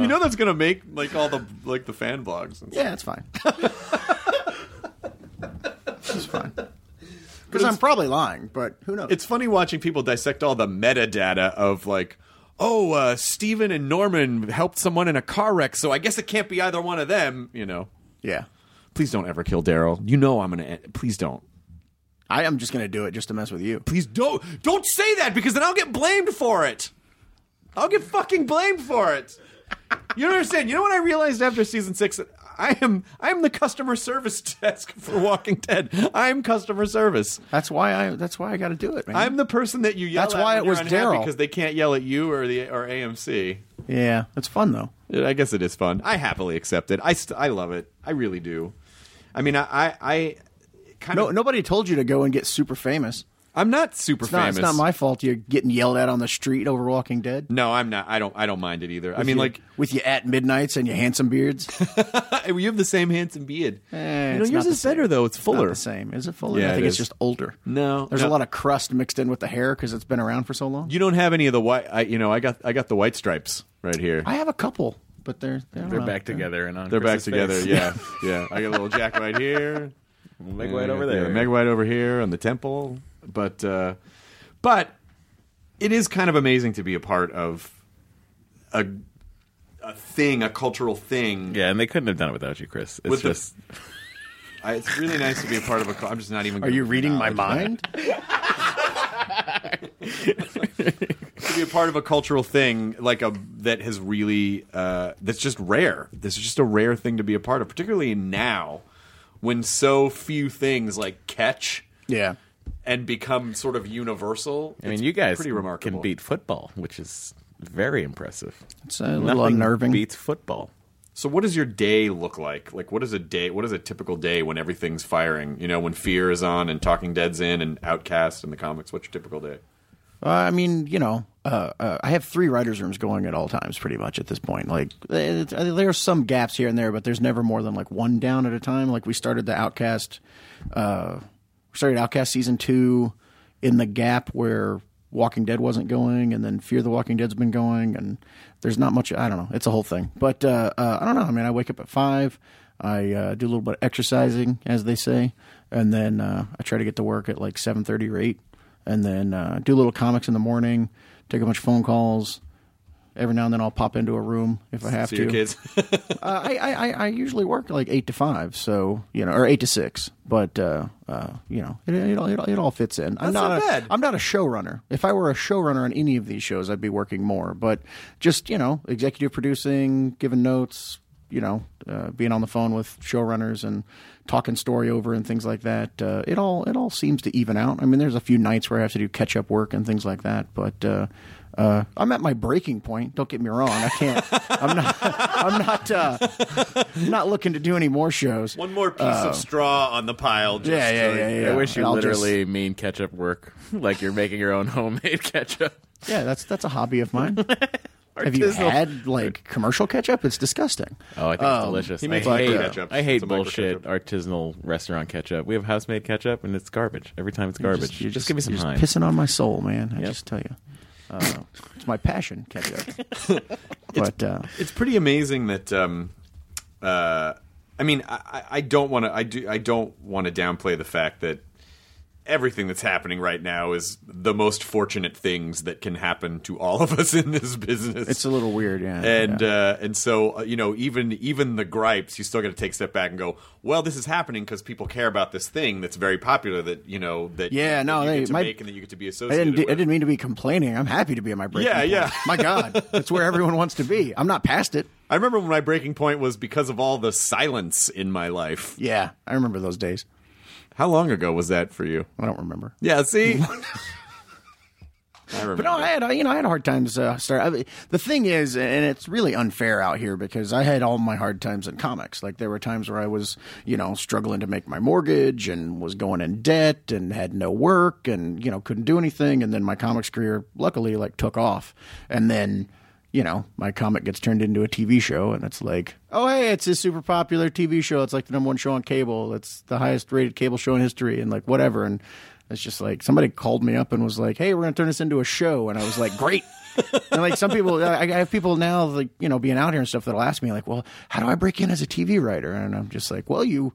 you know that's gonna make like all the like the fan blogs. And stuff. yeah, it's fine. it's fine. Because I'm probably lying, but who knows? it's funny watching people dissect all the metadata of like oh uh steven and norman helped someone in a car wreck so i guess it can't be either one of them you know yeah. please don't ever kill daryl you know i'm gonna end. please don't I am just gonna do it just to mess with you. please don't don't say that because then i'll get blamed for it i'll get fucking blamed for it you don't understand you know what i realized after season six i am i am the customer service desk for walking dead i'm customer service That's why I. That's why I got to do it, man. I'm the person that you yell Hmm? That's at why when it you're was unhappy Daryl. because they can't yell at you or the or AMC. yeah, it's fun though. I guess it is fun. I happily accept it. I st- I love it. I really do. I mean, I I, I kind No, of nobody told you to go and get super famous. I'm not super It's not, famous. it's not my fault you're getting yelled at on the street over Walking Dead. No, I'm not. I don't. I don't mind it either. I mean, like with you at midnights and your handsome beards. you have the same handsome beard. Eh, you know, it's yours not is the better same. though. It's not fuller. the same, is it fuller? Yeah, I think it it's is. just older. No, there's no. a lot of crust mixed in with the hair because it's been around for so long. You don't have any of the white. I, you know, I got I got the white stripes right here. I have a couple, but they're they're, They're back together and on. They're back Chris's together. face. Yeah, yeah. I got a little jack right here. Meg Yeah, White I over got the there. Meg White over here on the temple. But uh, but it is kind of amazing to be a part of a a thing, a cultural thing. Yeah, and they couldn't have done it without you, Chris. It's With the- just I, it's really nice to be a part of a. cul- I'm just not even. Are you reading my acknowledge mind? that. To be a part of a cultural thing like a that has really uh, that's just rare. This is just a rare thing to be a part of, particularly now when so few things like catch yeah. and become sort of universal. I mean, It's you guys pretty remarkable. can beat football, which is very impressive. It's a little unnerving. beats football. So, what does your day look like? Like, what is a day? What is a typical day when everything's firing? You know, when Fear is on and Talking Dead's in and Outcast and the comics. What's your typical day? Uh, I mean, you know, uh, uh, I have three writers' rooms going at all times, pretty much at this point. Like it, there are some gaps here and there, but there's never more than like one down at a time. Like we started the Outcast, uh, started Outcast season two in the gap where Walking Dead wasn't going, and then Fear the Walking Dead's been going, and there's not much. I don't know. It's a whole thing, but uh, uh, I don't know. I mean, I wake up at five. I uh, do a little bit of exercising, as they say, and then uh, I try to get to work at like seven thirty or eight, and then uh, do little comics in the morning. Take a bunch of phone calls. Every now and then, I'll pop into a room if I have See to. your kids. Uh, I, I, I- I usually work like eight to five, so you know, or eight to six. But uh, uh, you know, it, it, all- it, all- it all fits in. That's I'm not a- bad. I'm not a showrunner. If I were a showrunner on any of these shows, I'd be working more. But just you know, executive producing, giving notes, you know, uh, being on the phone with showrunners and talking story over and things like that. Uh, it all it all seems to even out. I mean, there's a few nights where I have to do catch up work and things like that, but. Uh, uh, I'm at my breaking point. Don't get me wrong. I can't. I'm not. I'm not. Uh, I'm not looking to do any more shows. One more piece Oh. of straw on the pile. Just yeah, yeah, to- yeah, yeah. I wish you And I'll just- literally mean ketchup work, like you're making your own homemade ketchup. Yeah, that's that's a hobby of mine. Have you had like commercial ketchup? It's disgusting. Oh, I think it's delicious. he makes I hate, micro ketchup. I hate It's a micro bullshit artisanal restaurant ketchup. We have house-made ketchup, and it's garbage. Every time it's garbage. you're just, give me some you're Heinz. just pissing on my soul, man. I just tell you, uh, it's my passion, ketchup. but uh, it's pretty amazing that um uh i mean i I- i don't want to i do i don't want to downplay the fact that everything that's happening right now is the most fortunate things that can happen to all of us in this business it's a little weird, yeah. and yeah. uh, and so uh, you know even even the gripes you still got to take a step back and go well this is happening because people care about this thing that's very popular that you know that Yeah, that no, you they- get to my- make and that you get to be I associated didn't. do- with. I didn't mean to be complaining. I'm happy to be at my breaking. Yeah, point. yeah. My God, that's where everyone wants to be. I'm not past it. I remember when my breaking point was because of all the silence in my life Yeah, I remember those days. how long ago was that for you I don't remember. Yeah, see. I remember. But no, I had uh, you know I had hard times. Uh, start I, the thing is, and it's really unfair out here because I had all my hard times in comics. Like there were times where I was you know struggling to make my mortgage and was going in debt and had no work and you know couldn't do anything. And then my comics career luckily like took off. And then you know my comic gets turned into a TV show and it's like oh hey it's this super popular TV show. It's like the number one show on cable. It's the highest rated cable show in history and like whatever and. It's just like somebody called me up and was like, "Hey, we're going to turn this into a show," and I was like, "Great." and like some people, I, I have people now, like you know, being out here and stuff that'll ask me like, "Well, how do I break in as a TV writer?" And I'm just like, "Well, you."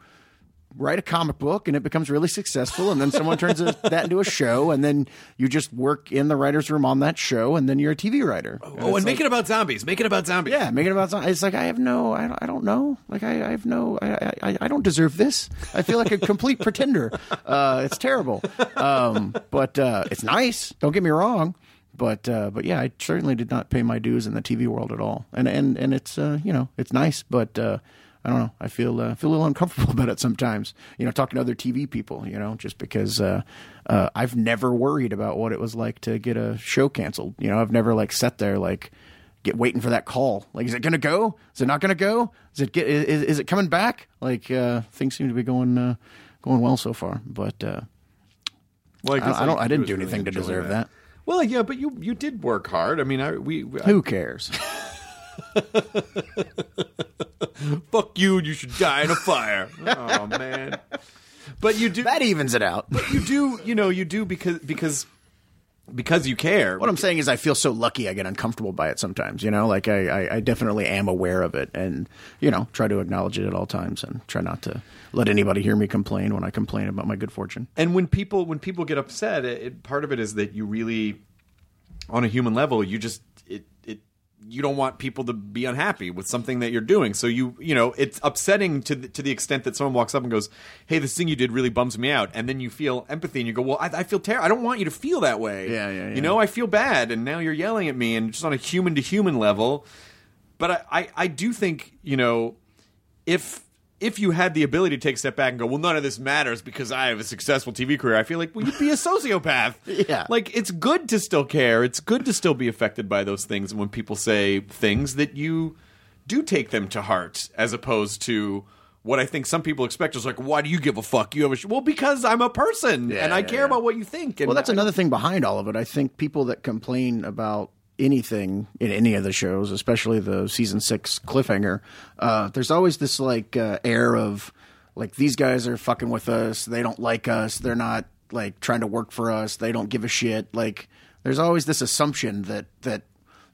Write a comic book and it becomes really successful, and then someone turns it- that into a show, and then you just work in the writer's room on that show, and then you're a TV writer. oh, and make it about zombies. Make it about zombies. Yeah, making about something. It's like I have no, I don't, I don't know. Like I, I have no, I, I, I don't deserve this. I feel like a complete pretender. Uh, it's terrible. Um, but uh, it's nice. Don't get me wrong. But uh, but yeah, I certainly did not pay my dues in the TV world at all. And and and it's uh, you know it's nice, but. Uh, I don't know. I feel uh, feel a little uncomfortable about it sometimes. You know, talking to other TV people. You know, just because uh, uh, I've never worried about what it was like to get a show canceled. You know, I've never like sat there like, get waiting for that call. Like, is it going to go? Is it not going to go? Is it get? Is, is it coming back? Like, uh, things seem to be going uh, going well so far. But uh, Well, I, I don't. I didn't do anything to deserve that. Well, yeah, but you you did work hard. I mean, I we, we- I- Who cares? fuck you and you should die in a fire. oh man. But you do that e- evens it out. you do, you know, you do because because because you care. What I'm saying is, I feel so lucky. I get uncomfortable by it sometimes. You know, like I, I, I definitely am aware of it, and you know, try to acknowledge it at all times, and try not to let anybody hear me complain when I complain about my good fortune. and when people when people get upset it, it, part of it is that you really on a human level you just it it you don't want people to be unhappy with something that you're doing so you you know it's upsetting to the, to the extent that someone walks up and goes hey this thing you did really bums me out and then you feel empathy and you go well i, I feel terrible i don't want you to feel that way Yeah, yeah, yeah. you know i feel bad and now you're yelling at me and just on a human to human level but I, I i do think you know if if you had the ability to take a step back and go, well, none of this matters because I have a successful TV career, I feel like, well, you'd be a sociopath. Yeah. Like, it's good to still care. It's good to still be affected by those things. And when people say things that you do take them to heart, as opposed to, what I think some people expect is like, why do you give a fuck? You have a sh-? well because I'm a person Yeah, and I yeah, care yeah. about what you think. And Well, that's I- another thing behind all of it. I think people that complain about anything in any of the shows, especially the season six cliffhanger, uh, there's always this like uh, air of like these guys are fucking with us. They don't like us. They're not like trying to work for us. They don't give a shit. Like there's always this assumption that that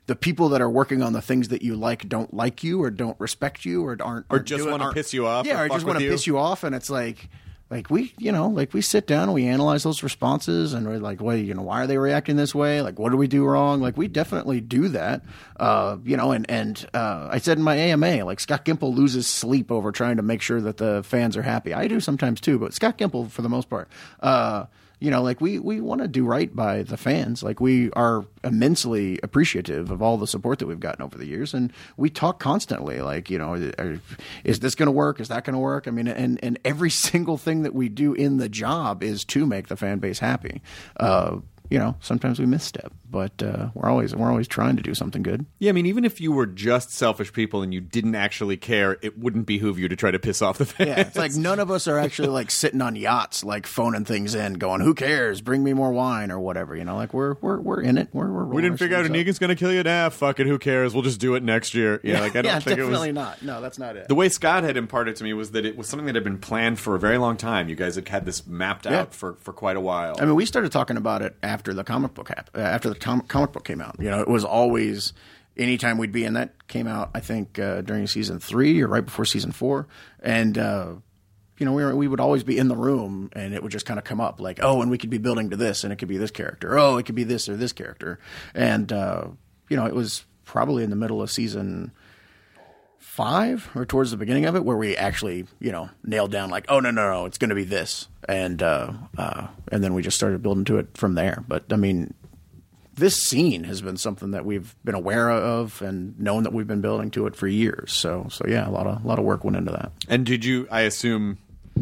the people that are working on the things that you like don't like you or don't respect you or aren't or just wanna piss you off Yeah, or or fuck just with want to you. piss you off, and it's like. Like we, you know, like we sit down and we analyze those responses, and we're like, "Wait, you know, why are they reacting this way? Like, what do we do wrong?" Like, we definitely do that, uh, you know. And and uh, I said in my AMA, like Scott Gimple loses sleep over trying to make sure that the fans are happy. I do sometimes too, but Scott Gimple, for the most part, uh, you know, like we we want to do right by the fans. Like we are immensely appreciative of all the support that we've gotten over the years, and we talk constantly. Like you know, are- is this going to work? Is that going to work? I mean, and and every single thing that we do in the job is to make the fan base happy. Uh, you know, sometimes we misstep, but uh, we're always we're always trying to do something good. Yeah, I mean, even if you were just selfish people and you didn't actually care, it wouldn't behoove you to try to piss off the fans. Yeah, it's like none of us are actually like sitting on yachts, like phoning things in, going, "Who cares? Bring me more wine or whatever." You know, like we're we're we're in it. We're we're we didn't figure out a Negan's going to kill you. Nah, fuck it. Who cares? We'll just do it next year. Yeah, like I don't yeah, think it was. definitely not. No, that's not it. The way Scott had imparted to me was that it was something that had been planned for a very long time. You guys had had this mapped Yeah. out for, for quite a while. I mean, we started talking about it after the comic book hap- uh, after the com- comic book came out. You know, it was always anytime we'd be in that came out. I think uh, during season three or right before season four, and uh, you know, we were, we would always be in the room, and it would just kind of come up like, oh, and we could be building to this, and it could be this character. Oh, it could be this or this character, and uh, you know, it was probably in the middle of season five or towards the beginning of it where we actually you know nailed down like oh no no no it's going to be this and uh, uh, and then we just started building to it from there but i mean this scene has been something that we've been aware of and known that we've been building to it for years so so yeah a lot of a lot of work went into that and did you, I assume,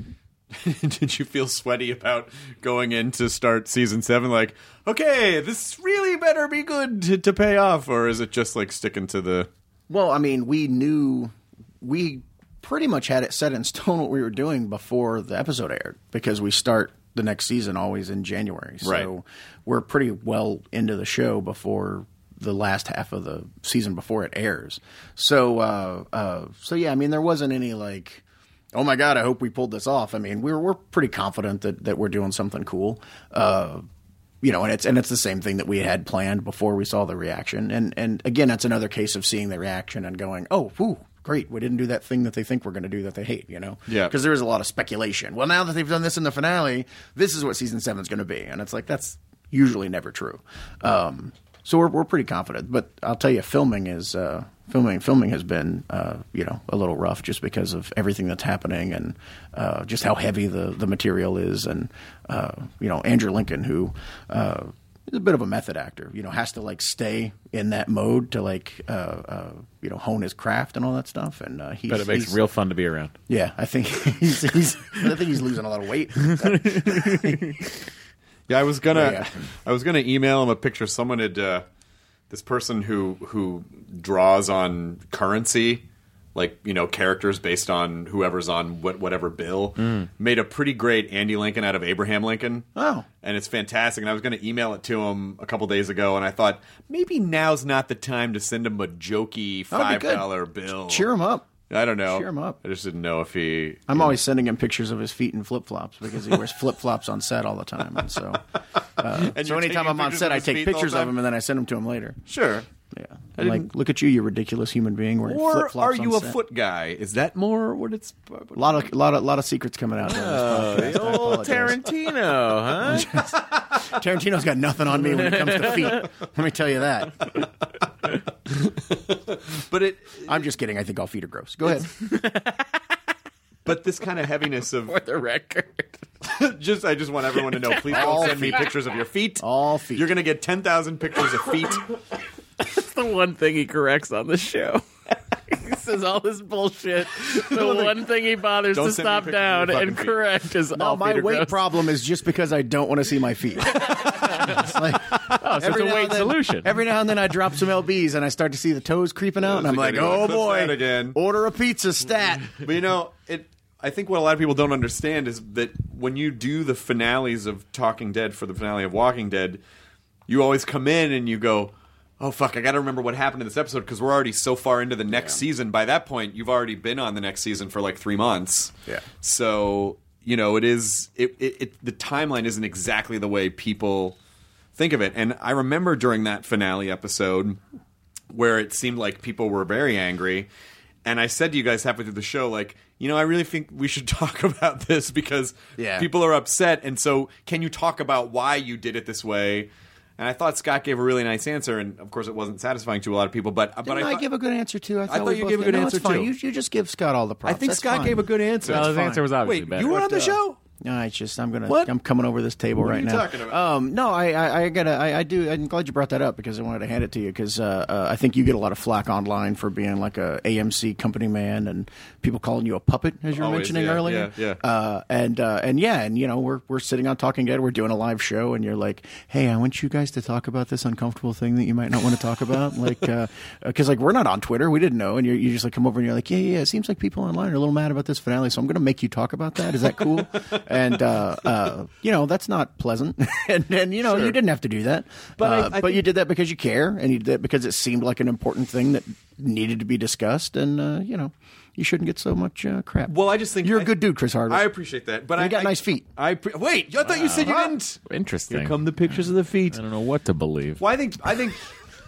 did you feel sweaty about going in to start season seven? Like, okay, this really better be good to, to pay off? Or is it just like sticking to the. Well, I mean, we knew we pretty much had it set in stone what we were doing before the episode aired because we start the next season always in January. So Right. we're pretty well into the show before the last half of the season before it airs. So uh, uh, so yeah, I mean there wasn't any like oh my god, I hope we pulled this off. I mean, we're we're pretty confident that that we're doing something cool. Uh, you know, and it's and it's the same thing that we had planned before we saw the reaction. And and again, that's another case of seeing the reaction and going, oh, whew, great, we didn't do that thing that they think we're going to do that they hate. You know, Yeah. because there is a lot of speculation. Well, now that they've done this in the finale, this is what season seven is going to be, and it's like that's usually never true. Um, so we're we're pretty confident, but I'll tell you, filming is uh, filming. Filming has been uh, you know a little rough just because of everything that's happening and uh, just how heavy the the material is, and uh, you know Andrew Lincoln who. Uh, is a bit of a method actor, you know, has to like stay in that mode to like, uh, uh, you know, hone his craft and all that stuff. And uh, he's, But it makes he's- real fun to be around. yeah, I think he's, he's I think he's losing a lot of weight. Yeah, I was gonna, yeah. I was gonna email him a picture. Someone had uh, this person who who draws on currency, like you know characters based on whoever's on what, whatever bill, made a pretty great Andy Lincoln out of Abraham Lincoln. Mm. Oh. and it's fantastic. And I was gonna email it to him a couple days ago, and I thought maybe now's not the time to send him a jokey That'd five be good. dollar bill. Cheer him up. I don't know. Cheer him up. I just didn't know if he. I'm always sending him pictures of his feet in flip flops because he wears flip flops on set all the time. And so, uh, And so you're anytime taking I'm on pictures set, of I his take feet the whole pictures of time? him and then I send them to him later. Sure. Yeah, I'm like look at you, you ridiculous human being wearing flip Or flops. are you a on set. foot guy? Is that more what it's? what- A lot of lot of lot of secrets coming out. during this Oh, podcast. I Old apologize. Tarantino, huh? Tarantino's got nothing on me when it comes to feet. Let me tell you that. But it, I'm just kidding. I think all feet are gross. Go ahead. but this kind of heaviness of the record. just, I just want everyone to know. Please don't send me pictures of your feet. All feet. You're gonna get ten thousand pitures of feet. That's the one thing he corrects on the show. he says all this bullshit. The one thing he bothers Don't to send me stop pictures of down your and fucking feet. correct is No, all my Peter weight Grosz. problem is just because I don't want to see my feet. It's like- Oh, so it's every a now weight and then- solution. Every now and then I drop some lbs and I start to see the toes creeping out, and I'm Those are like, gonna go "Oh clip that boy, again." order a pizza stat." But you know, it I think what a lot of people don't understand is that when you do the finales of Talking Dead for the finale of Walking Dead, you always come in and you go, "Oh fuck, I got to remember what happened in this episode because we're already so far into the next season. By that point, you've already been on the next season for like 3 months." Yeah. So, you know, it is it, it, it the timeline isn't exactly the way people think of it. And I remember during that finale episode where it seemed like people were very angry. And I said to you guys halfway through the show, like, you know, I really think we should talk about this because Yeah. people are upset. And so, can you talk about why you did it this way? And I thought Scott gave a really nice answer, and of course, it wasn't satisfying to a lot of people. But but Didn't I, thought- give a good answer too. I thought, thought we you both gave a did. good No, it's answer, fine. too. You, you just give Scott all the I props. think That's Scott fine. gave a good answer. Well, his fine. uh, answer was obviously Wait, better. you were on the show? No, I just I'm gonna What? I'm coming over this table right you now. talking about? Um, no, I, I I gotta I, I do. I'm glad you brought that up because I wanted to hand it to you because uh, uh, I think you get a lot of flack online for being like a AMC company man and people calling you a puppet as you were Always, mentioning yeah, earlier. yeah, yeah. Uh, and uh, and yeah, and you know we're we're sitting on Talking Dead. We're doing a live show, and you're like, hey, I want you guys to talk about this uncomfortable thing that you might not want to talk about, like because like we're not on Twitter, we didn't know, and you're, you just like come over and you're like, yeah, yeah, yeah, it seems like people online are a little mad about this finale, so I'm going to make you talk about that. Is that cool? and uh, uh, you know that's not pleasant, and and you know you didn't have to do that, but I- I uh, but you did that because you care, and you did that because it seemed like an important thing that needed to be discussed, and uh, you know. You shouldn't get so much uh, crap. Well, I just think you're a I- good dude, Chris Hardwick. I appreciate that, but You I got I- nice feet. I pre- wait. I thought you said you didn't. Interesting. Here come the pictures of the feet. Uh, I don't know what to believe. Well, I think I think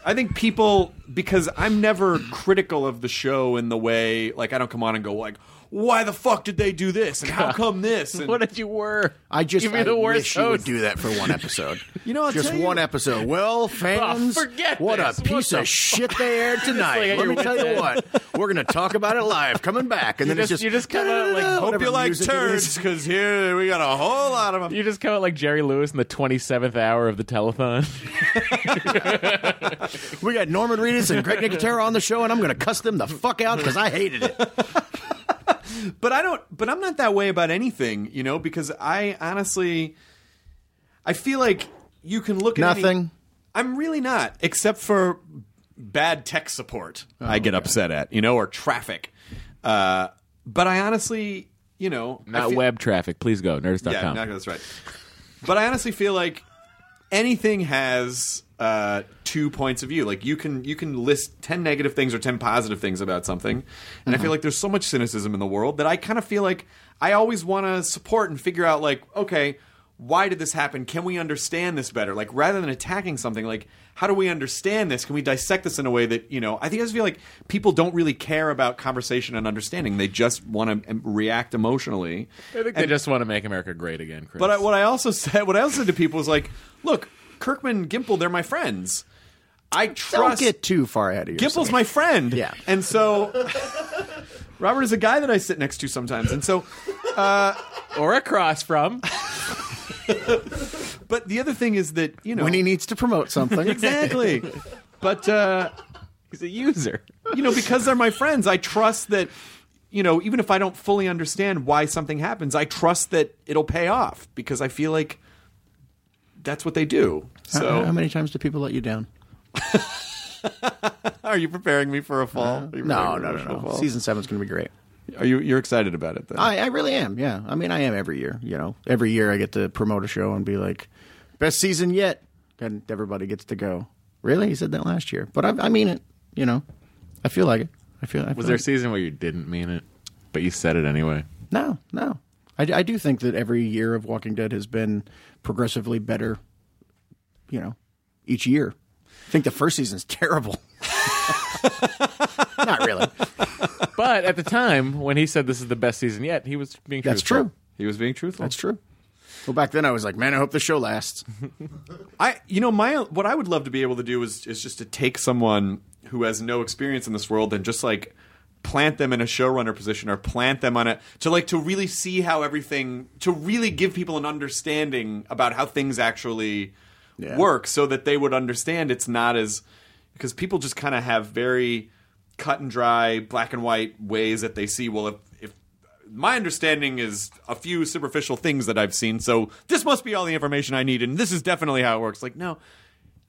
I think people because I'm never critical of the show in the way like I don't come on and go like why the fuck did they do this and how come this and What if you were? I just You'd be I the worst wish you would host. do that for one episode. You know, I'll just tell you- one episode. Well, fans, Oh, forget what this. a What piece the of shit they aired tonight. Let like you're me tell with you it. what, we're gonna talk about it live. Coming back, and then just- it's just you just come out like, da-da-da-da, hope hope whatever you like music it turds is. because here we got a whole lot of them. You just come out like Jerry Lewis in the 27th hour of the telethon. We got Norman Reedus and Greg Nicotero on the show, and I'm gonna cuss them the fuck out because I hated it. but I don't. But I'm not that way about anything, you know, because I honestly, I feel like you can look at any- Nothing. I'm really not, except for bad tech support. I get upset at you know, or traffic. Uh, but I honestly, you know, I Not feel- web traffic. Please go. Nerdist.com. Yeah, no, that's right. But I honestly feel like anything has uh, two points of view. Like you can you can list ten negative things or ten positive things about something, and I feel like there's so much cynicism in the world that I kind of feel like I always want to support and figure out like okay. Why did this happen? Can we understand this better? Like, rather than attacking something, like, how do we understand this? Can we dissect this in a way that, you know, I think I just feel like people don't really care about conversation and understanding. They just want to react emotionally. I think they just want to make America great again, Chris. But I, what I also said, what I also said to people was like, look, Kirkman, Gimple, they're my friends. I Don't trust get too far out of yourself. Gimple's my friend. Yeah. And so Robert is a guy that I sit next to sometimes. And so or across from. but the other thing is that, you know when he needs to promote something. Exactly. but uh He's a user. you know, because they're my friends, I trust that, you know, even if I don't fully understand why something happens, I trust that it'll pay off because I feel like that's what they do. How- So how many times do people let you down? are you preparing me for a fall? Are you No, preparing me no, for no, a no. fall? Season seven's gonna be great. Are you you're excited about it then? I, I really am. Yeah. I mean, I am every year. You know, every year I get to promote a show and be like, best season yet, and everybody gets to go. Really, he said that last year, but I, I mean it. You know, I feel like it. I feel. I feel Was there a like- season where you didn't mean it, but you said it anyway? no, no. I, I do think that every year of Walking Dead has been progressively better. You know, each year. I think the first season's terrible. Not really. But at the time when he said this is the best season yet, he was being That's truthful. true. he was being truthful. That's true. Well, back then I was like, man, I hope the show lasts. I you know my what I would love to be able to do is is just to take someone who has no experience in this world and just like plant them in a showrunner position or plant them on a to like to really see how everything to really give people an understanding about how things actually Yeah. work so that they would understand it's not as because people just kind of have very cut and dry black and white ways that they see well if if my understanding is a few superficial things that I've seen, so this must be all the information I need, and this is definitely how it works. Like, no,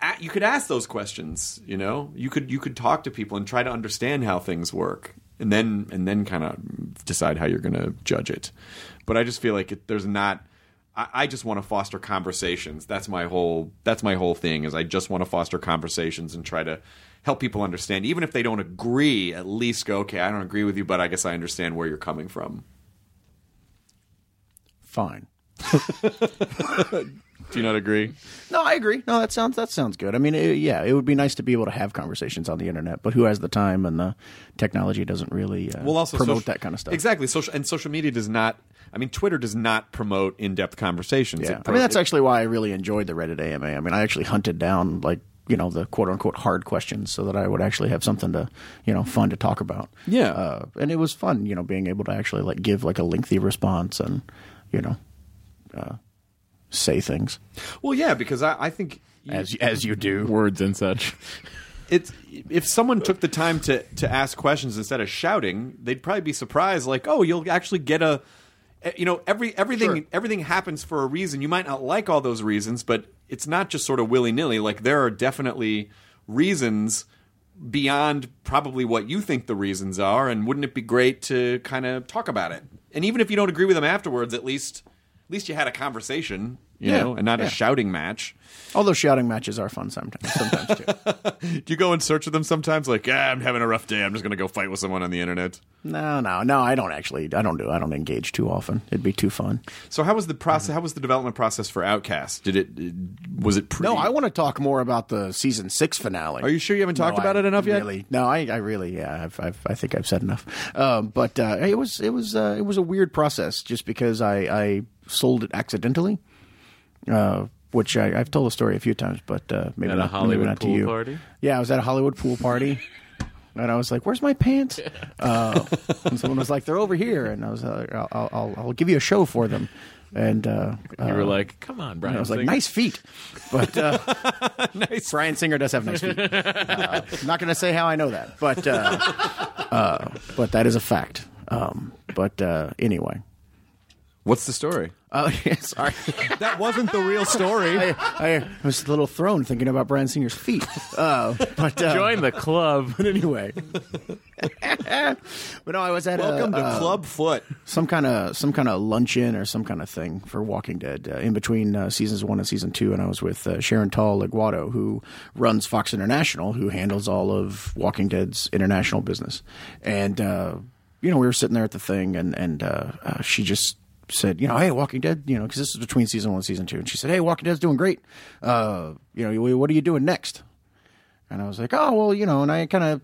a- you could ask those questions. You know, you could you could talk to people and try to understand how things work. and then and then kind of decide how you're going to judge it. But I just feel like it, there's not. I, I just want to foster conversations. That's my whole. That's my whole thing. Is I just want to foster conversations and try to help people understand, even if they don't agree. At least go, okay, I don't agree with you, but I guess I understand where you're coming from. Fine. Do you not agree? No, I agree. No, that sounds that sounds good. I mean, it, yeah, it would be nice to be able to have conversations on the internet, but who has the time and the technology doesn't really uh, well also promote social- that kind of stuff. exactly social and social media does not i mean twitter does not promote in-depth conversations Yeah. It I pro- mean, that's it- actually why I really enjoyed the Reddit AMA. I mean, I actually hunted down like you know the quote unquote hard questions so that I would actually have something to you know fun to talk about. Yeah. uh, and it was fun, you know, being able to actually like give like a lengthy response and you know uh, say things well yeah because i, I think you- as as you do. Words and such. it's if someone took the time to to ask questions instead of shouting they'd probably be surprised like oh you'll actually get a eh, you know every everything Sure. everything happens for a reason you might not like all those reasons but it's not just sort of willy-nilly like there are definitely reasons beyond probably what you think the reasons are and wouldn't it be great to kind of talk about it and even if you don't agree with them afterwards at least at least you had a conversation you Yeah, know and not yeah. a shouting match Although shouting matches are fun sometimes, sometimes too. do you go in search of them sometimes? Like, ah, I'm having a rough day. I'm just going to go fight with someone on the internet. No, no, no. I don't actually. I don't do. I don't engage too often. It'd be too fun. So, how was the process? How was the development process for Outcast? Did it? uh, Was it? Pretty, No, I want to talk more about the season six finale. Are you sure you haven't talked No, about I it enough yet? Really? No, I, I really, yeah, I've, I've, I think I've said enough. Um, but uh, it was, it was, uh, it was a weird process, just because I, I sold it accidentally, uh, which I, I've told the story a few times, but uh, maybe At a not, maybe Hollywood not pool to you. party? Yeah, I was at a Hollywood pool party. And I was like, "Where's my pants?" Uh, and someone was like, "They're over here." And I was like, "I'll, I'll, I'll, I'll give you a show for them." And uh, You uh, were like, come on, Brian. I was like, Singer." nice feet. But uh, nice. Brian Singer does have nice feet. Uh, I'm not going to say how I know that, but uh, uh, but that is a fact. Um, but uh, anyway, What's the story? oh sorry, That wasn't the real story. I, I was a little thrown thinking about Brian Singer's feet. Uh, but uh, join the club. But anyway, but no, I was at a- Welcome to uh, Club Foot. some kind of some kind of luncheon or some kind of thing for Walking Dead uh, in between uh, seasons one and season two, and I was with uh, Sharon Tall Leguado, who runs Fox International, who handles all of Walking Dead's international business, and uh, you know we were sitting there at the thing, and and uh, uh, she just said, you know, hey, Walking Dead, you know, because this is between season one and season two, and she said, hey, Walking Dead's doing great, uh, you know, what are you doing next? And I was like, oh, well, you know, and I kind of,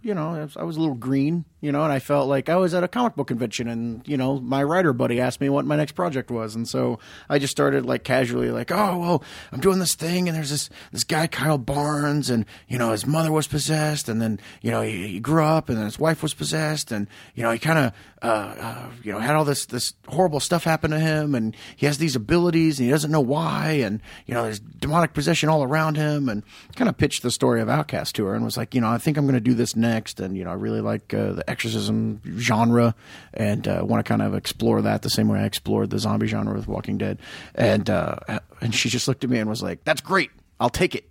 you know, I was, I was a little green, you know, and I felt like I was at a comic book convention and, you know, my writer buddy asked me what my next project was. And so I just started like casually like, oh, well, I'm doing this thing and there's this, this guy, Kyle Barnes, and, you know, his mother was possessed and then, you know, he, he grew up and then his wife was possessed and, you know, he kind of, uh, uh, you know, had all this, this horrible stuff happen to him and he has these abilities and he doesn't know why. And, you know, there's demonic possession all around him and kind of pitched the story of Outcast to her and was like, you know, I think I'm going to do this next. And, you know, I really like uh, the exorcism genre and uh, want to kind of explore that the same way I explored the zombie genre with Walking Dead. And, uh, and she just looked at me and was like, that's great. I'll take it.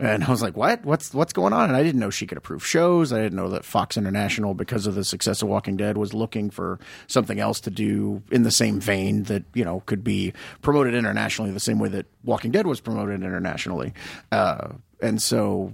And I was like, "What? What's what's going on?" And I didn't know she could approve shows. I didn't know that Fox International, because of the success of Walking Dead, was looking for something else to do in the same vein that you know could be promoted internationally, the same way that Walking Dead was promoted internationally. Uh, and so,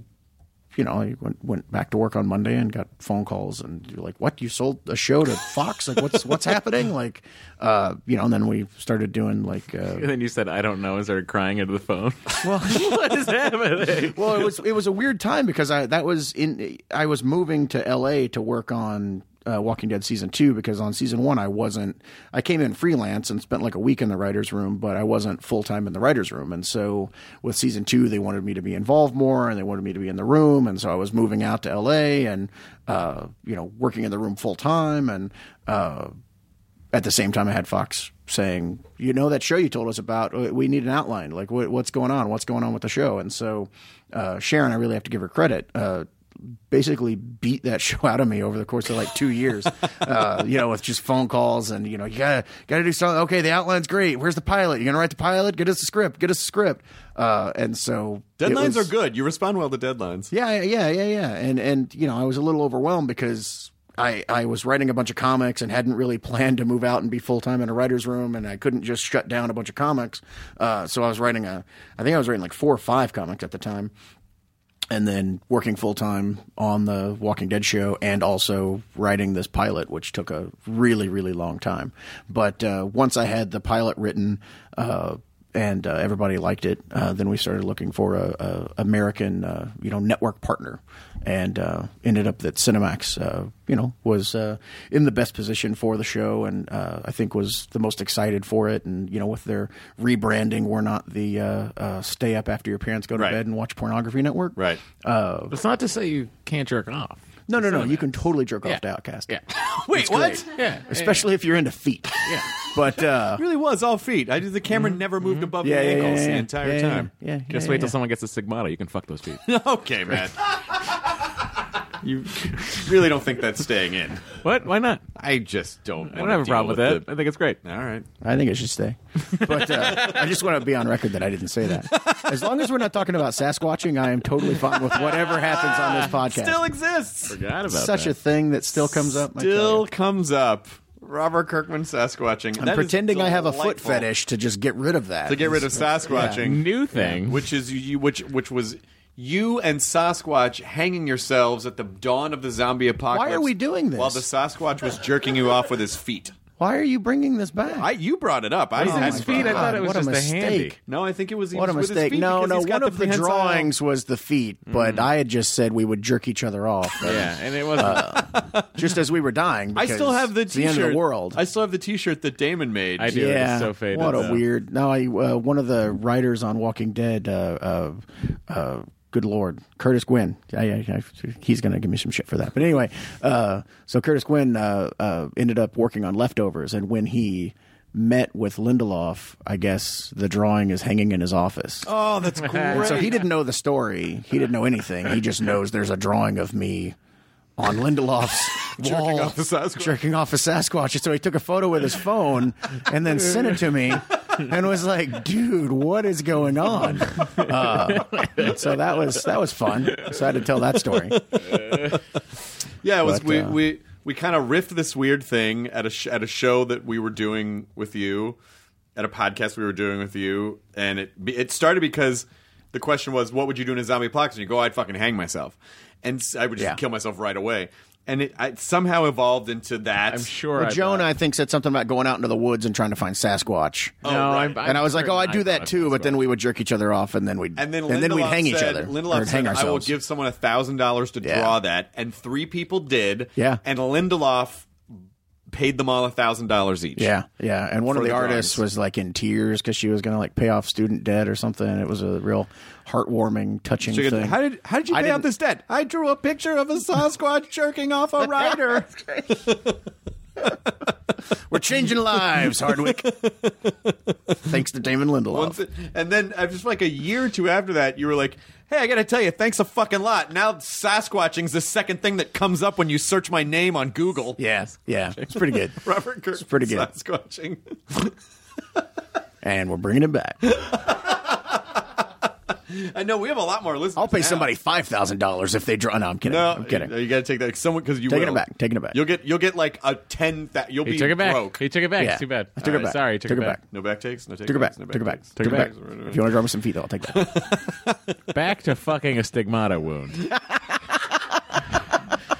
you know, I went went back to work on Monday and got phone calls, and you're like, "What? You sold a show to Fox? Like, what's what's happening?" Like, uh, you know. And then we started doing like. Uh, And then you said, I don't know, and started crying into the phone. Well, what is happening? well, it was it was a weird time because I that was in I was moving to L.A. to work on uh, Walking Dead season two because on season one I wasn't I came in freelance and spent like a week in the writers room, but I wasn't full time in the writers room. And so with season two, they wanted me to be involved more and they wanted me to be in the room, and so I was moving out to L.A. and uh, you know working in the room full time and. Uh, at the same time, I had Fox saying, "You know that show you told us about? uh, We need an outline. Like, what, what's going on? What's going on with the show?" And so, uh, Sharon, I really have to give her credit. Uh, basically beat that show out of me over the course of like two years uh, you know with just phone calls and you know you gotta gotta do something okay the outline's great where's the pilot you're gonna write the pilot get us the script get us the script uh, and so it Deadlines was- are good. You respond well to deadlines. yeah, yeah, yeah, yeah. And and you know, I was a little overwhelmed because I, I was writing a bunch of comics and hadn't really planned to move out and be full time in a writer's room, and I couldn't just shut down a bunch of comics. Uh, so I was writing a, I think I was writing like four or five comics at the time, and then working full time on the Walking Dead show and also writing this pilot, which took a really, really long time. But uh, once I had the pilot written, uh, and uh, everybody liked it. Uh, then we started looking for a, a American, uh, you know, network partner, and uh, ended up that Cinemax, uh, you know, was uh, in the best position for the show, and uh, I think was the most excited for it. And you know, with their rebranding, we're not the uh, uh, stay up after your parents go to Right. bed and watch pornography network. Right. It's not to say you can't jerk off. No, no, no. You can totally jerk off to Yeah. Outcast. Yeah. Wait, great. what? Yeah. Especially if you're into feet. Yeah. But uh, It really was all feet. I did. The camera never moved above the Yeah, yeah, yeah, ankles yeah. the entire Yeah, yeah, time. yeah, yeah, Just yeah, wait till yeah. someone gets a stigmata. You can fuck those feet. okay, man. you really don't think that's staying in? what? Why not? I just don't. I don't have a problem with that. I think it's great. All right. I think it should stay. But uh, I just want to be on record that I didn't say that. As long as we're not talking about Sasquatching, I am totally fine with whatever happens on this podcast. Still exists. Forgot about Such a thing that still comes up. I tell Still you. comes up. Robert Kirkman Sasquatching. I'm That is pretending I have a foot delightful. fetish to just get rid of that. to get rid of a Sasquatching, new thing. which is you, which which was you and Sasquatch hanging yourselves at the dawn of the zombie apocalypse. Why are we doing this? While the Sasquatch was jerking you off with his feet. Why are you bringing this back? I you brought it up. I Is it I- his feet? I thought it was what a just a, mistake. handy. No, I think it was. he what a was with his mistake! feet No, because no. he's got One of the prehensile- Mm. drawings was the feet, but I had just said we would jerk each other off. Yeah, and it wasn't. just as we were dying. I still because have the it's the end T-shirt. of the world. I still have the T-shirt that Damon made. I do. Dude, yeah, it's so faded, what a though. weird. No, I uh, one of the writers on Walking Dead. Uh, uh, uh, good lord, Curtis Gwynn. I, I, I, he's going to give me some shit for that. But anyway, uh, so Curtis Gwynn uh, uh, ended up working on Leftovers, and when he met with Lindelof, I guess the drawing is hanging in his office. Oh, that's great. And so he didn't know the story. He didn't know anything. He just knows there's a drawing of me on Lindelof's wall off a Sasquatch. jerking off a Sasquatch. And So he took a photo with his phone and then sent it to me and was like, "Dude, what is going on?" Uh, so that was that was fun. So I had to tell that story. Yeah, it was. But, we, uh, we we kind of riffed this weird thing at a sh- at a show that we were doing with you, at a podcast we were doing with you, and it be- it started because the question was, "What would you do in a zombie apocalypse?" And you go, "I'd fucking hang myself," and s- I would just Yeah. kill myself right away. And it, I, it somehow evolved into that. I'm sure. Well, I Jonah, I think, said something about going out into the woods and trying to find Sasquatch. No, right. I, and I was like, "Oh, I do that thought too," that's but then we would jerk each other off, and then we And then, we'd Lindelof hang each said- other. Lindelof or hang said, ourselves. "I will give someone a thousand dollars to Yeah. draw that," and three people did. Yeah. and Lindelof paid them all a thousand dollars each. Yeah, yeah. And one of For the, the artists drawings. was like in tears because she was going to like pay off student debt or something. It was a real heartwarming, touching So you- thing. How did how did you I pay out didn't- this debt? I drew a picture of a Sasquatch jerking off a rider. We're changing lives, Hardwick. Thanks to Damon Lindelof. Once it- and then uh, just like a year or two after that, you were like, "Hey, I gotta tell you, thanks a fucking lot." Now Sasquatching's the second thing that comes up when you search my name on Google. yeah, yeah, it's pretty good. Robert Kirk, pretty good. Sasquatching. And we're bringing it back. I know we have a lot more listeners. I'll pay now. somebody five thousand dollars if they draw. No, I'm kidding. No, I'm kidding. You, you gotta take that someone because you Taking will. it back, taking it back. You'll get you'll get like a ten. Th- you'll He be took it back. broke. He took it back. Yeah. It's too bad. I took it Alright, back. Sorry, he took, Took it it back. No back takes. No take. Took it back. No Took it back. takes. Took it back. takes. If you want to draw me some feet, I'll take that. back. to fucking a stigmata wound.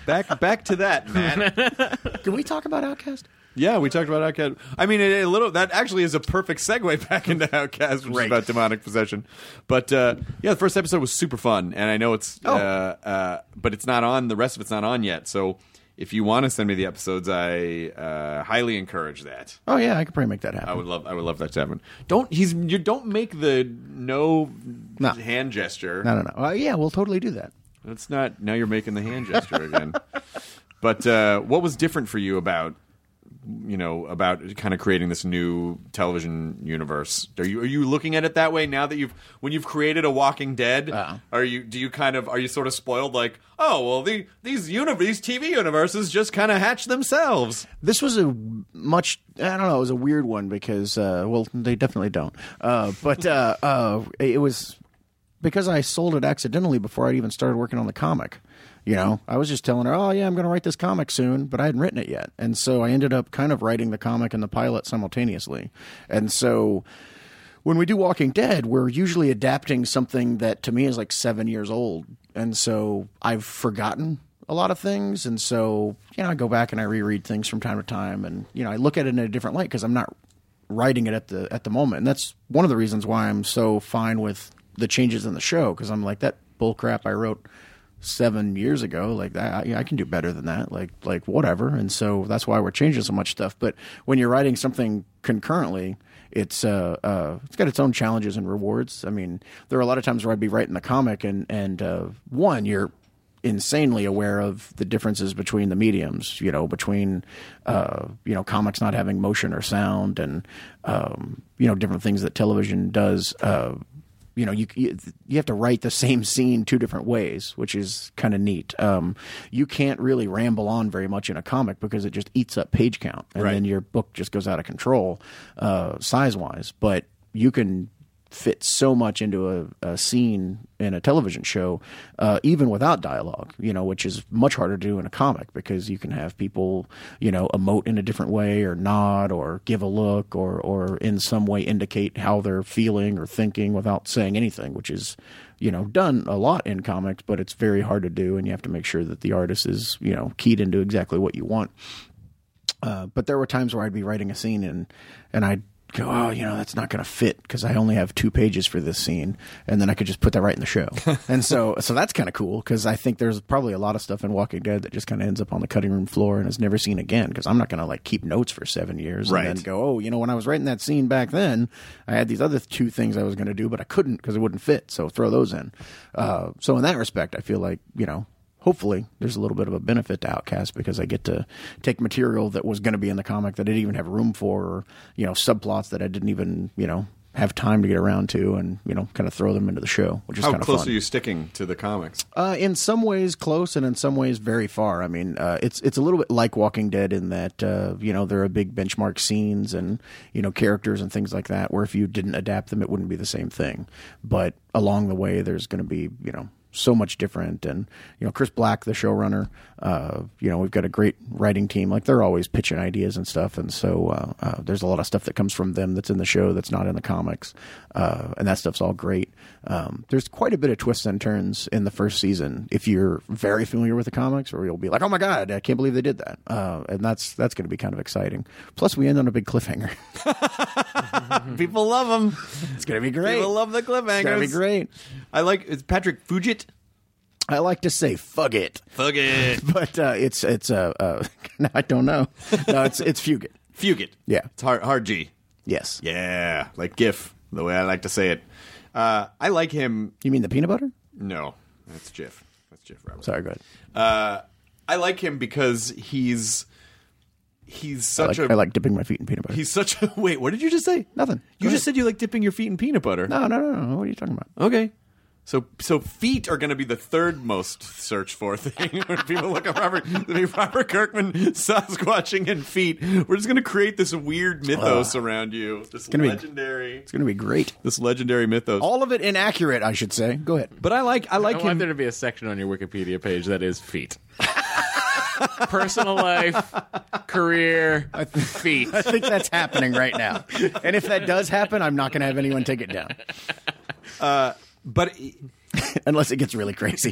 back back to that, Matt. Can we talk about Outcast? Yeah, we talked about Outcast. I mean, a, a little. That actually is a perfect segue back into Outcast, which Great. is about demonic possession. But uh, yeah, the first episode was super fun, and I know it's. Oh. Uh, uh, but it's not on. The rest of it's not on yet. So if you want to send me the episodes, I uh, highly encourage that. Oh yeah, I could probably make that happen. I would love. I would love that to happen. Don't he's you don't make the no No. hand gesture. No, no, no. Uh, yeah, we'll totally do that. That's not. Now you're making the hand gesture again. but uh, what was different for you about, you know, about kind of creating this new television universe? Are you are you looking at it that way now that you've when you've created a Walking Dead? Uh-huh. Are you do you kind of are you sort of spoiled like oh well the, these uni- these TV universes just kind of hatch themselves? This was a much I don't know. It was a weird one because uh, well, they definitely don't. Uh, but uh, uh, it was because I sold it accidentally before I even started working on the comic, You know, I was just telling her, oh, yeah, I'm going to write this comic soon, but I hadn't written it yet. And so I ended up kind of writing the comic and the pilot simultaneously. And so when we do Walking Dead, we're usually adapting something that to me is like seven years old. And so I've forgotten a lot of things. And so, you know, I go back and I reread things from time to time. And, you know, I look at it in a different light because I'm not writing it at the at the moment. And that's one of the reasons why I'm so fine with the changes in the show because I'm like that bull crap I wrote seven years ago. Like that, I, I can do better than that. Like like whatever. And so that's why we're changing so much stuff. But when you're writing something concurrently, it's uh, uh it's got its own challenges and rewards. I mean, there are a lot of times where I'd be writing the comic and and uh, one you're insanely aware of the differences between the mediums, you know, between, uh, you know, comics not having motion or sound and, um, you know, different things that television does. Uh, you know, you, you you have to write the same scene two different ways, which is kind of neat. Um, you can't really ramble on very much in a comic because it just eats up page count, and then your book just goes out of control, uh, size wise. But you can fit so much into a, a scene in a television show, uh, even without dialogue, you know, which is much harder to do in a comic because you can have people, you know, emote in a different way or nod or give a look or, or in some way indicate how they're feeling or thinking without saying anything, which is, you know, done a lot in comics, but it's very hard to do. And you have to make sure that the artist is, you know, keyed into exactly what you want. Uh, but there were times where I'd be writing a scene and and I'd go, oh, you know, that's not going to fit because I only have two pages for this scene, and then I could just put that right in the show. and so, so that's kind of cool because I think there's probably a lot of stuff in Walking Dead that just kind of ends up on the cutting room floor and is never seen again because I'm not going to like keep notes for seven years Right. and then go, oh, you know, when I was writing that scene back then, I had these other two things I was going to do, but I couldn't because it wouldn't fit. So throw those in. Uh, so in that respect, I feel like you know hopefully there's a little bit of a benefit to outcast because i get to take material that was going to be in the comic that i didn't even have room for or you know subplots that i didn't even you know have time to get around to and you know kind of throw them into the show which is How kind of close fun. are you sticking to the comics? Uh, in some ways close, and in some ways very far. I mean, uh, it's it's a little bit like Walking Dead in that uh, you know there are big benchmark scenes and you know characters and things like that. Where if you didn't adapt them, it wouldn't be the same thing. But along the way, there's going to be you know so much different. And you know Chris Black, the showrunner, uh, you know we've got a great writing team. Like they're always pitching ideas and stuff, and so uh, uh, there's a lot of stuff that comes from them that's in the show that's not in the comics, uh, and that stuff's all great. Um, there's quite a bit of twists and turns in the first season if you're very familiar with the comics, or you'll be like, "Oh my god, I can't believe they did that," uh, and that's that's going to be kind of exciting. Plus, we end on a big cliffhanger. People love them. it's going to be great. People love the cliffhangers. it's going to be great. I like it's Patrick Fugit. I like to say "fuck it," Fuck it. but uh, it's it's uh, uh, no, I don't know. No, it's it's Fugit. Fugit. Yeah. It's hard, hard G. Yes. Yeah. Like GIF, the way I like to say it. Uh, I like him. You mean the peanut butter? No, that's Jiff. That's Jiff Roberts. Sorry, go ahead. Uh, I like him because he's he's I such like, a I like dipping my feet in peanut butter. he's such a wait. What did you just say? Nothing. You Go just said you like dipping your feet in peanut butter. No, no, no, no. What are you talking about? Okay. So so feet are going to be the third most searched for thing when people look up Robert the Robert Kirkman Sasquatching and feet. We're just going to create this weird mythos around you. This gonna be- legendary It's going to be great. this legendary mythos. All of it inaccurate, I should say. Go ahead. but I like I like I him. want there to be a section on your Wikipedia page that is feet. Personal life, career, feet. I think that's happening right now. And if that does happen, I'm not going to have anyone take it down but unless it gets really crazy.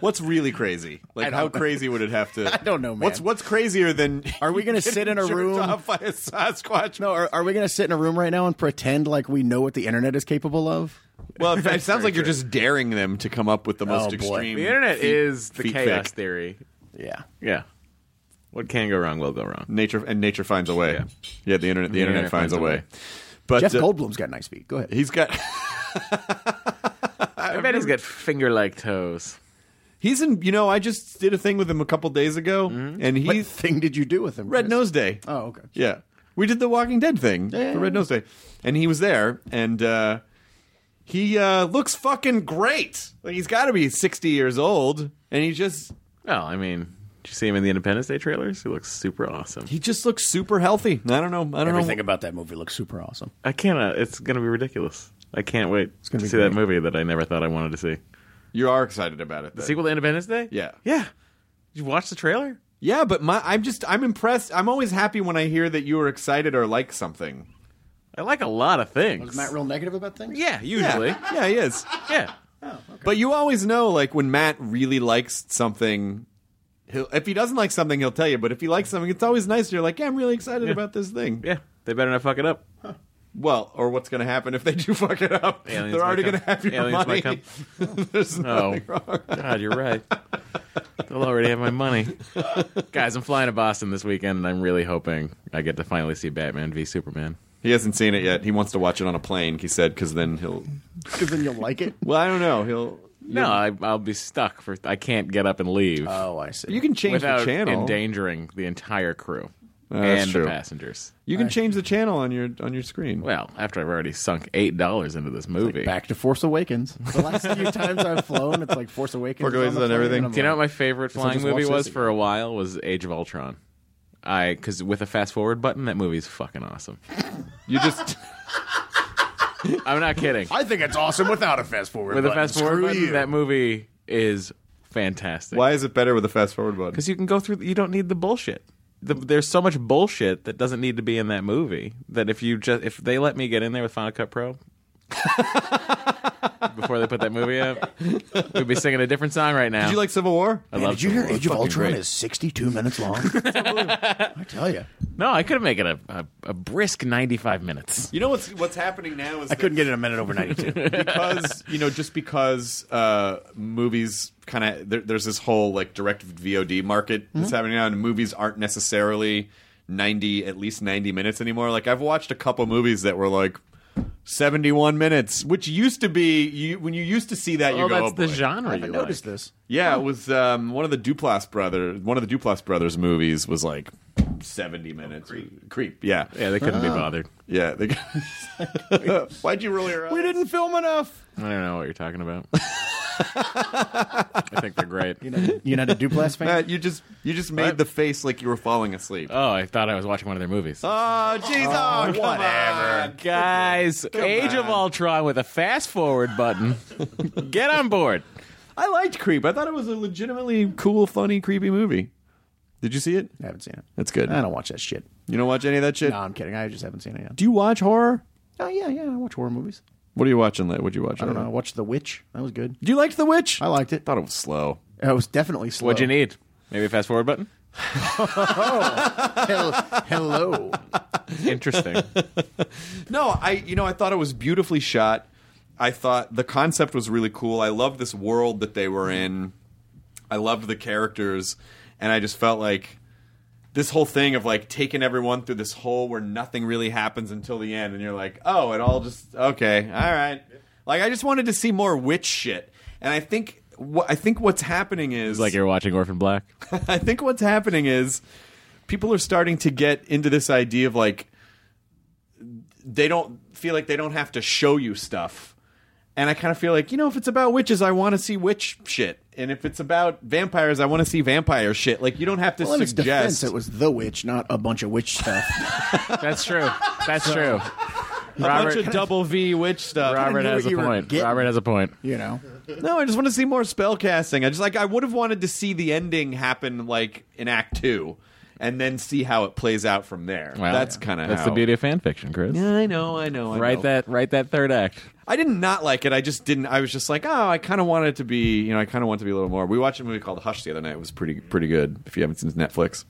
what's really crazy? Like how crazy would it have to? I don't know, man. What's what's crazier than Are we going to sit in a jerked room? off by a Sasquatch? No, are, are we going to sit in a room right now and pretend like we know what the internet is capable of? Well, in fact, it sounds like you're just daring them to come up with the most boy. extreme. The internet feet- is the feet fic. chaos theory. Yeah. Yeah. What can go wrong will go wrong. Nature and nature finds a way. Yeah, the internet. The, internet, finds, a way. But Jeff uh, Goldblum's got nice feet. Go ahead. he's got I bet he's got finger like toes. he's in. You know, I just did a thing with him a couple days ago, and What he's thing did you do with him? Red Chris? Nose Day. Oh, okay. Yeah. We did the Walking Dead thing Yeah. for Red Nose Day. And he was there and uh he uh looks fucking great. Like he's got to be 60 years old and he just Well, I mean, did you see him in the Independence Day trailers? He looks super awesome. he just looks super healthy. I don't know. I don't Everything know. about that movie looks super awesome. I can't. Uh, it's going to be ridiculous. I can't wait gonna to be see that great. movie that I never thought I wanted to see. You are excited about it. The then. sequel to Independence Day? Yeah. Yeah. Did you watch the trailer? Yeah, but my I'm just I'm impressed. I'm always happy when I hear that you are excited or like something. I like a lot of things. Was Matt real negative about things? yeah, Yeah. usually. Yeah, he is. yeah. But you always know like when Matt really likes something he'll if he doesn't like something he'll tell you, but if he likes something it's always nice you're like, "Yeah, I'm really excited about this thing." Yeah. They better not fuck it up. Well, or what's going to happen if they do fuck it up? Aliens They're might already come. going to have your Aliens money. might come. There's Oh. nothing wrong. God, you're right. They'll already have my money. Guys, I'm flying to Boston this weekend, and I'm really hoping I get to finally see Batman v Superman. He hasn't seen it yet. He wants to watch it on a plane, he said, cuz then he'll Because then you'll like it. Well, I don't know. He'll No, I, I'll be stuck for. I can't get up and leave Oh, I see. You can change without the channel. Oh, endangering the entire crew that's and true. the passengers. You can change the channel on your on your screen. Well, after I've already sunk eight dollars into this movie, Back to Force Awakens. The last few times I've flown, it's like Force Awakens. Force is Awakens on the and plane, everything. I'm Do you know what like, my favorite Guess I'll flying just watch movie this was again. for a while was Age of Ultron. I because with a fast forward button, that movie's fucking awesome. You just I'm not kidding. I think it's awesome without a fast forward. with a button. fast forward Screw button, you. that movie is fantastic. why is it better with a fast forward button? Because you can go through. You don't need the bullshit. The, there's so much bullshit that doesn't need to be in that movie. That if you just if they let me get in there with Final Cut Pro. before they put that movie up, we'd be singing a different song right now. Did you like Civil War? Man, love did you Civil hear War. Age of Fucking Ultron great. is 62 minutes long? I tell you. no, I could make it a, a, a brisk 95 minutes. You know what's what's happening now is I couldn't get it a minute over 92. because you know just because uh, movies kind of there, there's this whole like direct VOD market that's happening now, and movies aren't necessarily ninety at least ninety minutes anymore. Like I've watched a couple movies that were like. 71 minutes, which used to be you when you used to see that you Oh, go that's oh, the boy. genre you I noticed like. this. Yeah, it was um, one of the Duplass brother. One of the Duplass brothers movies was like seventy minutes. creep. Yeah, Yeah, they couldn't be Uh-huh. bothered. yeah. They Why'd you roll your eyes? We didn't film enough. I don't know what you're talking about. I think they're great. You're not a Duplass fan? Matt, you just you just made the face like you were falling asleep. Oh, I thought I was watching one of their movies. oh, jeez. Oh, come whatever. on. Guys, Age of Ultron with a fast forward button. Get on board. I liked Creep. I thought it was a legitimately cool, funny, creepy movie. Did you see it? I haven't seen it. That's good. I don't watch that shit. You don't watch any of that shit. No, I'm kidding. I just haven't seen it yet. Do you watch horror? Oh, yeah, yeah. I watch horror movies. What are you watching? Like, what'd you watch? I don't know. I watched The Witch. That was good. Do you like The Witch? I liked it. thought it was slow. It was definitely slow. What'd you need? Maybe a fast forward button? Hell- Hello. Interesting. No, I you know I thought it was beautifully shot. I thought the concept was really cool. I loved this world that they were in. I loved the characters, and I just felt like this whole thing of like taking everyone through this hole where nothing really happens until the end, and you're like, oh, it all just okay, all right. Like I just wanted to see more witch shit, and I think what I think what's happening is it's like you're watching Orphan Black. I think what's happening is people are starting to get into this idea of like they don't feel like they don't have to show you stuff. And I kind of feel like, you know, if it's about witches, I want to see witch shit. And if it's about vampires, I want to see vampire shit. Like you don't have to Well, in its suggest defense, it was The Witch, not a bunch of witch stuff. That's true. That's true. a bunch Robert, of double V witch stuff. Robert knew has what a you were point. getting. Robert has a point. you know? No, I just want to see more spell casting. I just like I would have wanted to see the ending happen like in act 2 and then see how it plays out from there. Well, that's kind of That's how the beauty of fan fiction, Chris. I know, I know. I Write know. that write that third act. I didn't not like it. I just didn't. I was just like, oh, I kind of wanted it to be, you know, I kind of want it to be a little more. We watched a movie called Hush the other night. It was pretty pretty good. If you haven't seen it, it's Netflix,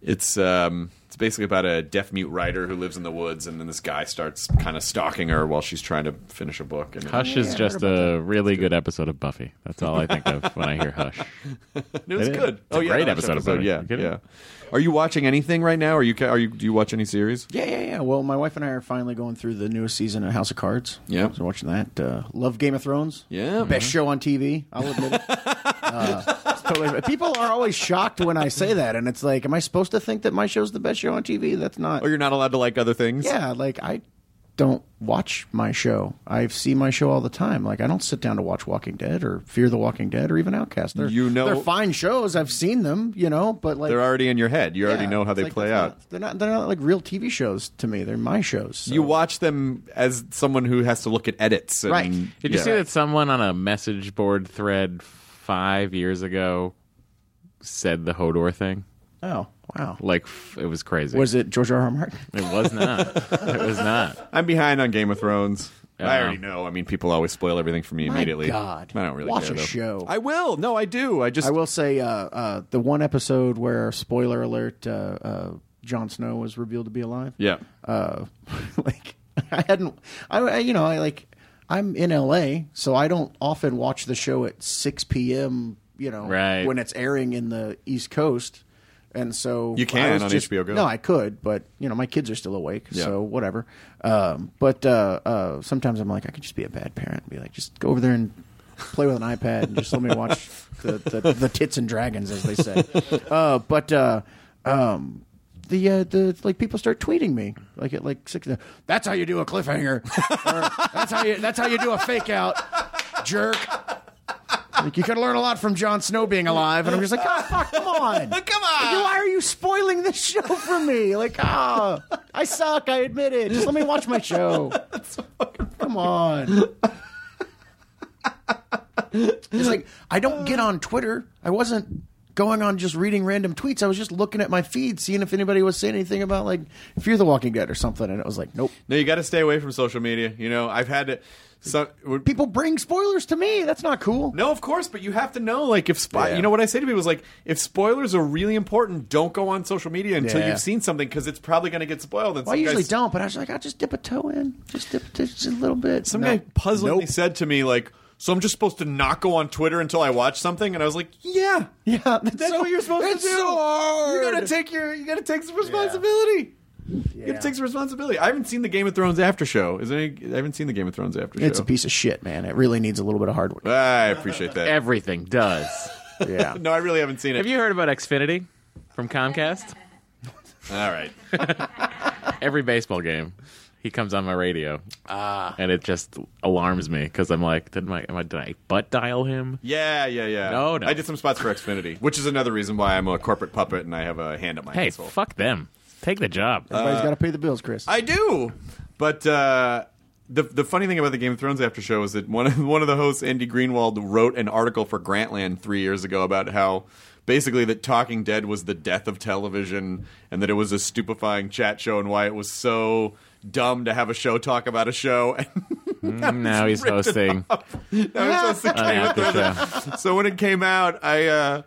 it's um, it's basically about a deaf mute writer who lives in the woods, and then this guy starts kind of stalking her while she's trying to finish a book. And Hush is just a really good episode of Buffy. That's all I think of when I hear Hush. it was it is. good. Oh, It's a yeah, great the Hush episode of Buffy. Yeah, You kidding? yeah. Are you watching anything right now? Are you ca- are you do you watch any series? Yeah, yeah, yeah. Well, my wife and I are finally going through the newest season of House of Cards. Yep. So we're watching that. Uh, love Game of Thrones. Yeah, Best show on TV. I'll admit it. uh, it's totally, people are always shocked when I say that, and it's Oh, like, am I supposed to think that my show's the best show on TV? That's not. Or you're not allowed to like other things? yeah, like I don't watch my show. I see my show all the time. Like I don't sit down to watch Walking Dead or Fear the Walking Dead or even Outcast. They're, You know- they're fine shows. I've seen them. You know, but like They're already in your head. You already yeah, know how it's they like, play that's out. not- they're not. They're not like real TV shows to me. They're my shows. so- You watch them as someone who has to look at edits. And, Right. Did you Yeah. see that someone on a message board thread five years ago said the Hodor thing? Oh wow. Like f- it was crazy. Was it George R. R. Martin? It was not. it was not. I'm behind on Game of Thrones. I Yeah. already know. I mean, people always spoil everything for me immediately. God. I don't really Watch care, a though. show. I will. No, I do. I just I will say uh, uh, the one episode where spoiler alert, uh, uh, Jon Snow was revealed to be alive. Yeah. Uh, like I hadn't, I, I you know I like I'm in L.A. so I don't often watch the show at 6 p.m. You know Right. when it's airing in the East Coast, and so You can I was on just- HBO Go. No, I could, but you know my kids are still awake, Yeah. so whatever. Um, but uh, uh, sometimes I'm like I could just be a bad parent and be like just go over there and play with an iPad and just let me watch the, the, the tits and dragons, as they say. Uh, but uh, um, the uh, the like people start tweeting me like at like six. That's how you do a cliffhanger. or, that's how you that's how you do a fake out, jerk. Like, you could learn a lot from Jon Snow being alive, and I'm just like, oh, fuck, come on, come on. Why are you spoiling this show for me? Like, ah, I suck. I admit it. Just let me watch my show. Come on. It's like I don't get on Twitter. I wasn't going on just reading random tweets. I was just looking at my feed, seeing if anybody was saying anything about like Fear the Walking Dead or something, and it was like, nope. No, you got to stay away from social media. You know, I've had to. Some, would- People bring spoilers to me. That's not cool. no, of course, but you have to know. Like, if spy, Yeah. you know what I say to people is like, if spoilers are really important, don't go on social media until Yeah. you've seen something because it's probably going to get spoiled. And Well, I some guys- usually don't, but I was like, I'll just dip a toe in, just dip just a little bit. Some No. guy puzzlingly Nope. said to me like, "So I'm just supposed to not go on Twitter until I watch something?" And I was like, "Yeah, Yeah, that's, that's so- what you're supposed it's to do. so hard. You gotta take your, you gotta take some responsibility. You gotta take some responsibility." I haven't seen the Game of Thrones after show. Is there any, I haven't seen the Game of Thrones after show. Ah, It's a piece of shit, man. It really needs a little bit of hard work. I appreciate that. Everything does. Yeah. No, uh, I really haven't seen it. Have you heard about Xfinity from Comcast? All right. Every baseball game, he comes on my radio, Ah. and it just alarms me because I'm like, did my, am I, did I butt dial him? Yeah, yeah, yeah. No, no. I did some spots for Xfinity, which is another reason why I'm a corporate puppet and I have a hand up my Hey, asshole. fuck them. Take the job. Everybody's got to pay the bills, Chris. I do. But uh, the the funny thing about the Game of Thrones after show is that one of one of the hosts, Andy Greenwald, wrote an article for Grantland three years ago about how basically that Talking Dead was the death of television and that it was a stupefying chat show and why it was so dumb to have a show talk about a show. now he's ripped it hosting That was supposed to an came out. after show. so when it came out, I uh,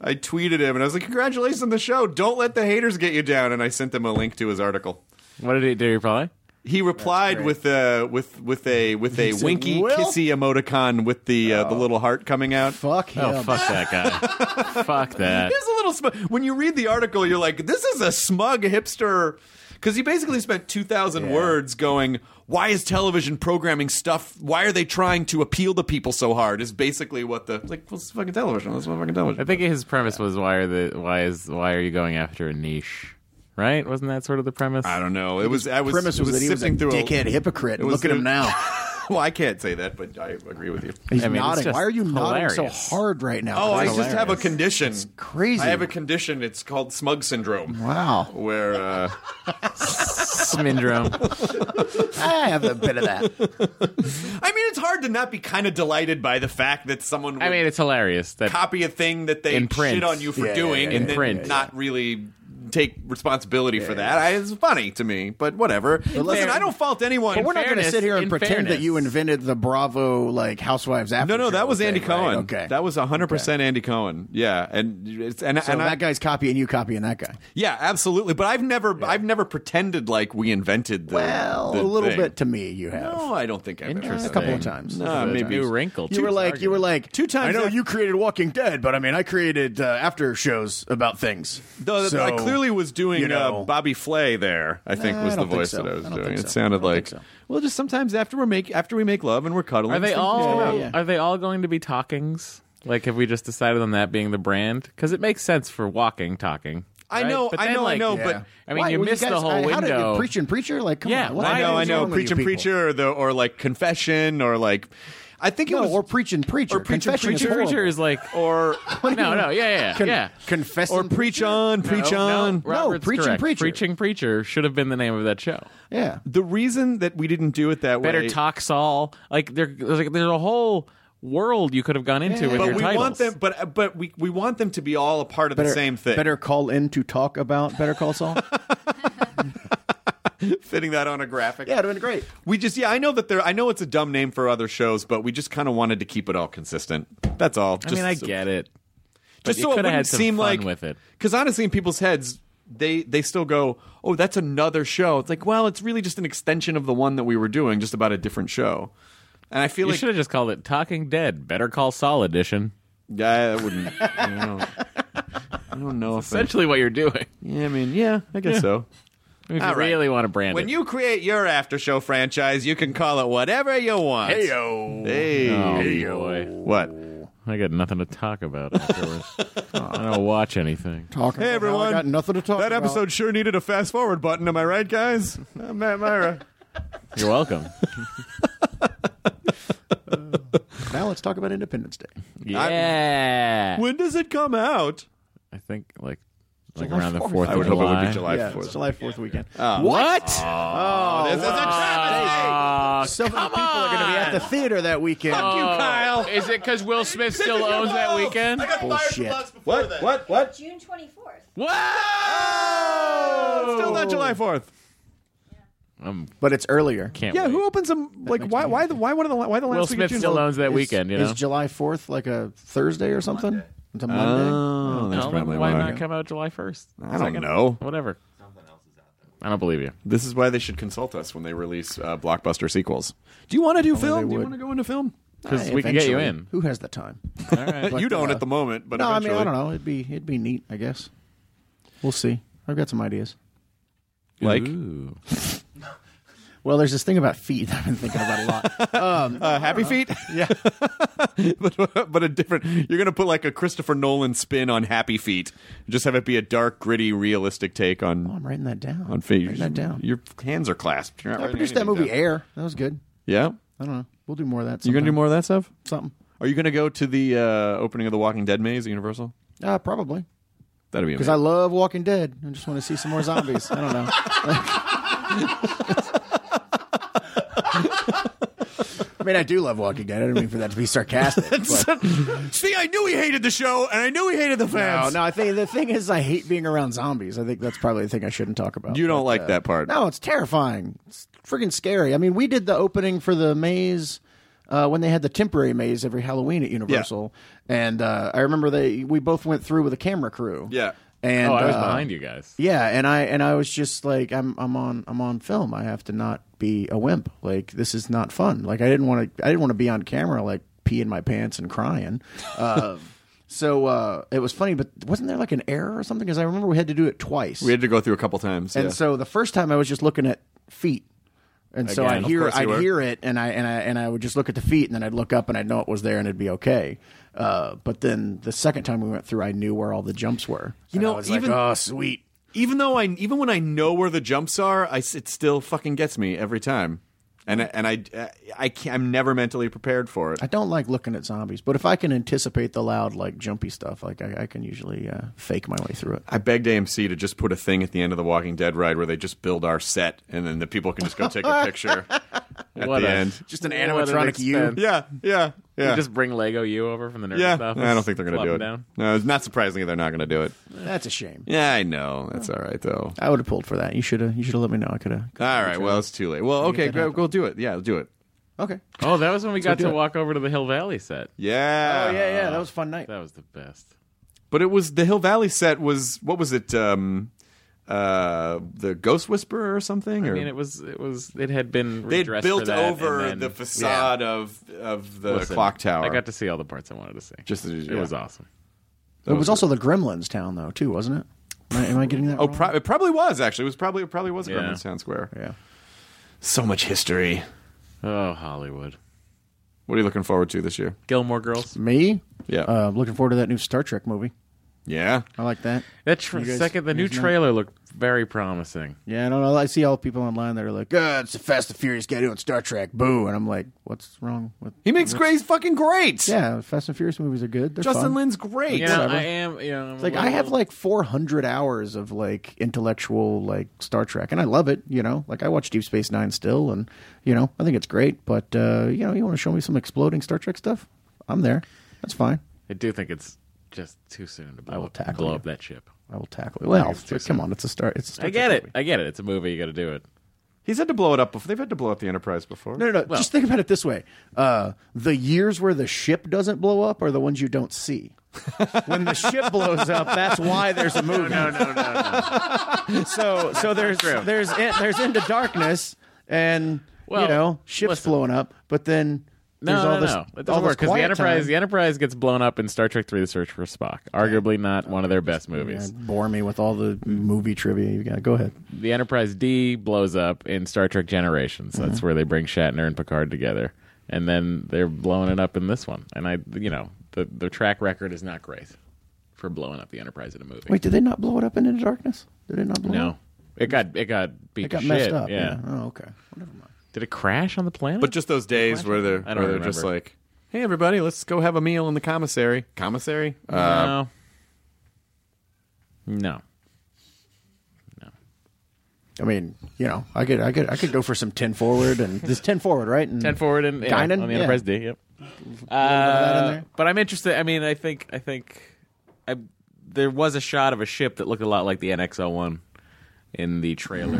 I tweeted him and I was like, "Congratulations on the show! Don't let the haters get you down." And I sent him a link to his article. What did he do? He Reply? He replied with a with with a with a said, winky "Well." Oh. kissy emoticon with the uh, the little heart coming out. fuck him. Oh, fuck that guy. fuck that. There's a little smug. When you read the article, you're like, this is a smug hipster. Because he basically spent 2,000 words going, why is television programming stuff? Why are they trying to appeal to people so hard? Is basically what the. It's like, well, it's fucking television. It's fucking television. I think his premise was why are the why is why are you going after a niche, right? Wasn't that sort of the premise? I don't know. It was. I was. premise it was, was that he was a sifting through dickhead hypocrite. it and was- Look at it- him now. Well, I can't say that, but I agree with you. He's I mean, it's nodding. just Why are you nodding hilarious. so hard right now? Oh, I Chris? just have a condition. It's crazy. I have a condition. It's called smug syndrome. Wow. Where uh, Syndrome. I have a bit of that. I mean, it's hard to not be kind of delighted by the fact that someone. Would I mean, it's hilarious. That copy a thing that they In print. shit on you for Yeah, doing, yeah, yeah, and yeah, then print. not really take responsibility for that. I, it's funny to me, but whatever. listen, fair- I don't fault anyone. But we're not going to fairness- sit here and in pretend that fairness- you invented the Bravo like Housewives after. no, no, show that was thing, Andy right? Cohen. Okay, that was 100% Andy Cohen. Yeah, and it's and, So and I, that guy's copying you, copying that guy. yeah, absolutely. But I've never, I've never pretended like we invented the Well, the a little thing. bit to me, you have. No, I don't think I've ever A Interesting. couple said of times. No, maybe you wrinkle. You were like, you were like, Two times I know after- you created Walking Dead, but I mean, I created uh, after shows about things. Though So, I clearly was doing you know. uh, Bobby Flay there. I think Nah, was I the don't think voice so. that I was I don't doing. think It so. I sounded don't think like so. well, just sometimes after we make after we make love and we're cuddling. are they things come out. all yeah. are they all going to be talkings? Like, have we just decided on that being the brand? Because it makes sense for walking, talking. I right? know, But I then, know, I like- know, Yeah. but I mean, Why- you well, missed guys- the whole I- how Did, window. preacher and preacher, like come Yeah, on. what why the I know, hell I is know, wrong with preach you and people? preacher, or the or like confession, or like, I think it No, was or preach and preacher. or preach and Confession is preacher, horrible. Preacher is like, or no, no, yeah, yeah, Con- yeah. Confess or and preach on, preach No, on. no, Robert's preaching correct. preacher. Preaching preacher should have been the name of that show. Yeah. The reason that we didn't do it that way, Better talk Saul. Like there, there's, like, there's a whole world you could have gone into with but your we titles. want them, but but we we want them to be all a part of Better, the same thing. Better call in to talk about Better Call Saul. fitting that on a graphic. yeah, it'd have been great. We just yeah, I know that there. I know it's a dumb name for other shows, but we just kind of wanted to keep it all consistent. That's all. I Just, mean, I get it. But Just you so it could have wouldn't had some seem fun like with it. Because honestly, in people's heads, they they still go, "Oh, that's another show." It's like, well, it's really just an extension of the one that we were doing, just about a different show. And I feel You like should have just called it Talking Dead. Better Call Saul edition. yeah, I wouldn't. I don't, I don't know. If I, Essentially, what you're doing. yeah, I mean, yeah, I guess so. If you All right. really want to brand When it. you create your after show franchise, you can call it whatever you want. Heyo. Hey. Oh, boy. What? I got nothing to talk about afterwards. I don't watch anything. Talking Hey, about how I everyone. got nothing to talk That about. episode sure needed a fast forward button. Am I right, guys? I'm Matt Myra. You're welcome. Now let's talk about Independence Day. yeah. when does it come out? I think like like July around the 4th. fourth I of would hope it would July. yeah, it's July Fourth weekend. What? Uh, Oh, this is a travesty. Uh, so many people are going to be at the theater that weekend. you, Kyle. Is it because Will Smith still owns that weekend? Bullshit. What? What? What? June 24th. Oh, still not July 4th. But it's earlier. Can't Yeah, wait. who opens them? Like, why? Why the? Why one of the? Why the last Will week of Smith June? still owns that Is- weekend, you is know? July Fourth like a Thursday or something? It's a Monday. Uh, Uh, Oh, that's No, probably why why. not come out July 1st? I don't know. Whatever. I don't believe you. This is why they should consult us when they release uh, blockbuster sequels. Oh, Do you want to do film? Do you would. want to go into film? Because Hey, we can get you eventually. in. Who has the time? All right. you don't at the moment, but no, I mean eventually. I don't know. It'd be it'd be neat, I guess. We'll see. I've got some ideas. Like Well, there's this thing about feet that I've been thinking about a lot. uh, Happy Feet. yeah, but but a different. You're gonna put like a Christopher Nolan spin on Happy Feet. Just have it be a dark, gritty, realistic take Oh, on I'm writing that down. on feet. Writing that down. Your hands are clasped. You're not I writing produced that anything movie down. Air. That was good. Yeah, I don't know. We'll do more of that. you're gonna do sometime. more of that stuff. something. Are you gonna go to the uh, opening of the Walking Dead maze at Universal? Uh, probably That'd be because amazing. I love Walking Dead. I just want to see some more zombies. I don't know. I mean, I do love Walking Dead. I didn't mean for that to be sarcastic. but- See, I knew he hated the show, and I knew he hated the no, fans. no. I think the thing is, I hate being around zombies. I think that's probably the thing I shouldn't talk about. You don't But, like uh, that part. No, it's terrifying. It's freaking scary. I mean, we did the opening for the maze uh, when they had the temporary maze every Halloween at Universal, and uh, I remember they we both went through with a camera crew. Yeah. and oh, I was uh, behind you guys. Yeah, and I and I was just like, I'm I'm on I'm on film. I have to not be a wimp. Like this is not fun. Like I didn't want to I didn't want to be on camera like peeing my pants and crying. Um so uh, it was funny, but wasn't there like an error or something? Because I remember we had to do it twice. We had to go through a couple times. and yeah. so the first time I was just looking at feet. And so Again, I'd of hear course you I'd were. hear it and I and I and I would just look at the feet and then I'd look up and I'd know it was there and it'd be okay. Uh, but then the second time we went through, I knew where all the jumps were. You And I know, was even- like, oh sweet. even though I even when I know where the jumps are, I s- it still fucking gets me every time, and I- and I I can't, I'm never mentally prepared for it. I don't like looking at zombies, but if I can anticipate the loud, like jumpy stuff, like I, I can usually uh, fake my way through it. I begged AMC to just put a thing at the end of the Walking Dead ride where they just build our set, and then the people can just go take a picture at What the a- end. Just an What an animatronic you. expense. Yeah, yeah, yeah. You just bring Lego you over from the nurse's yeah, office. I don't think they're gonna flop do him it. Down. No, it's not surprisingly they're not gonna do it. That's a shame. Yeah, I know. That's all right though. I would have pulled for that. You should have. You should have let me know. I could have. All right. Well, it's too late. Well, okay. that Great, happen. we'll do it. Yeah, we'll do it. Okay. Oh, that was when we got do to it. walk over to the Hill Valley set. Yeah. Oh yeah, yeah. That was a fun night. That was the best. But it was the Hill Valley set was what was it? Um, uh, the Ghost Whisperer or something? I or mean, it was it was it had been they redressed for built that, and over then- the facade of of the Listen, clock tower. I got to see all the parts I wanted to see. Just- it yeah. was awesome. it was also the Gremlins town though, too, wasn't it? Am I, am I getting that? oh, wrong? pro- it probably was actually. It was probably it probably was a Yeah. Gremlins Town Square. yeah. So much history. Oh, Hollywood. What are you looking forward to this year? Gilmore Girls. Me? Yeah. Uh, looking forward to that new Star Trek movie. Yeah. I like that. That tr- You guys- second, the you new guys know? trailer looked very promising. Yeah, I don't know. I see all people online that are like, "Ah, it's the Fast and Furious guy doing Star Trek, boo. And I'm like, what's wrong with. He makes great fucking great. Yeah, Fast and Furious movies are good. They're Justin fun. Lin's great. You know, Whatever. I am. You know, It's like I have like 400 hours of like intellectual like Star Trek, and I love it. You know, like I watch Deep Space Nine still, and you know I think it's great. But uh, you know, you want to show me some exploding Star Trek stuff? I'm there. That's fine. I do think it's just too soon to blow, will up- tackle blow you. up that ship. I will tackle it. Well, it's too come on, it's a star. It's a Star I get Trek it. movie. I get it. It's a movie. You got to do it. He's had to blow it up before. They've had to blow up the Enterprise before. No, no, no. Well- Just think about it this way: uh, the years where the ship doesn't blow up are the ones you don't see. when the ship blows up, that's why there's a movie. No, no, no, no. so so there's True. there's in, there's into darkness and Well, you know ships listen. blowing up, but then No, there's no, all this no. It all doesn't this work because the quiet Enterprise, the time. Enterprise gets blown up in Star Trek Three: The Search for Spock. Arguably not one of their best movies. Yeah, bore me with all the movie trivia you got. Go ahead. The Enterprise D blows up in Star Trek Generations. Mm-hmm. That's where they bring Shatner and Picard together, and then they're blowing it up in this one. And I, you know, the the track record is not great for blowing up the Enterprise in a movie. Wait, did they not blow it up into the darkness? Did it not blow? no, up? it got it got beat it got to messed shit. up. Yeah. Oh, okay. Never mind. did it crash on the planet? But just those days where they're, where I don't they're just remember. like, hey, everybody, let's go have a meal in the commissary. Commissary? Uh, no, no. I mean, you know, I could, I could, I could go for some ten forward and this ten forward, right? And Ten forward and yeah, Guinan? on the Yeah. Enterprise D. Yep. that in Uh, there? but I'm interested. I mean, I think I think I, there was a shot of a ship that looked a lot like the NX-01 in the trailer.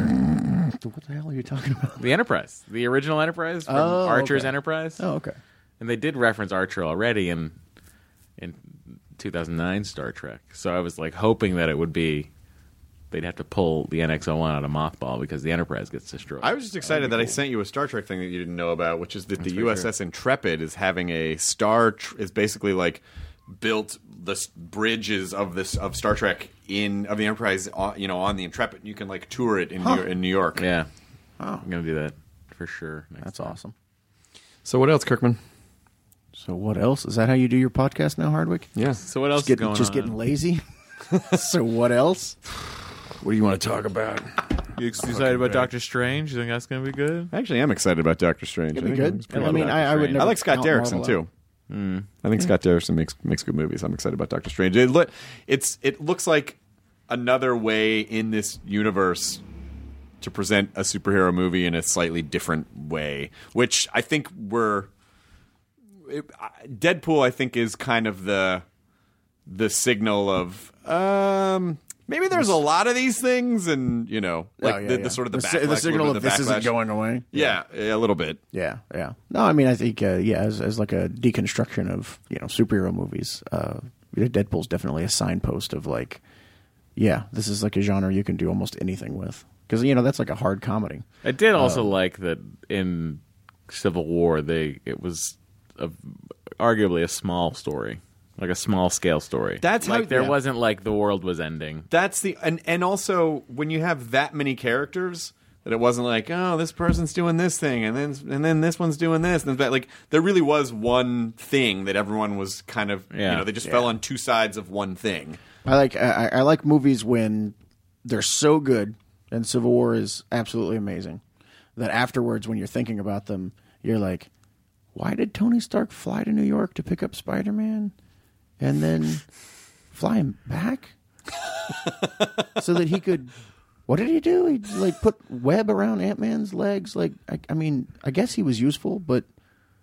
What the hell are you talking about? the Enterprise, the original Enterprise from Oh, Archer's okay. Enterprise, Oh, okay. and they did reference Archer already in in 2009 Star Trek. So I was like hoping that it would be. They'd have to pull the NX-01 out of mothball because the Enterprise gets destroyed. I was just excited that I sent you a Star Trek thing that you didn't know about, which is that the USS Intrepid is having a Star tr- is basically like built the s- bridges of this of Star Trek in of the Enterprise, on- you know, on the Intrepid. You can like tour it in New, in New York. yeah. I'm gonna do that for sure. Next Oh. That's time. awesome. So what else, Kirkman? So what else? Is that how you do your podcast now, Hardwick? Yeah. So what else Just getting, is going just on? getting lazy. so what else? What do you want to talk about? You excited about Doctor Strange? You think that's gonna be good? Actually, I'm excited about Doctor Strange. It'd I be think it good. looks I pretty mean, good. I, I would. I Never I like Scott count Derrickson Marvel out. too. Mm. I think Scott Derrickson makes makes good movies. I'm excited about Doctor Strange. It look, it's it looks like another way in this universe to present a superhero movie in a slightly different way, which I think we're it- I- Deadpool. I think is kind of the the signal of um maybe there's a lot of these things, and you know, like Oh, yeah, the, the yeah. sort of the, si- backlash, the signal little of bit this isn't backlash. going away. Yeah, yeah, a little bit. Yeah, yeah. No, I mean, I think uh, yeah, as, as like a deconstruction of you know superhero movies, uh, Deadpool's definitely a signpost of like, yeah, this is like a genre you can do almost anything with because you know that's like a hard comedy. I did also Oh. like that in Civil War they it was a, arguably a small story, like a small scale story. That's like how- there yeah. wasn't like the world was ending. That's the and and also when you have that many characters that it wasn't like oh this person's doing this thing and then and then this one's doing this and that like there really was one thing that everyone was kind of Yeah. you know they just fell on two sides of one thing. I like I, I like movies when they're so good, and Civil War is absolutely amazing. That afterwards, when you're thinking about them, you're like, why did Tony Stark fly to New York to pick up Spider Man, and then fly him back so that he could? What did he do? He like put web around Ant Man's legs. Like I, I mean, I guess he was useful, but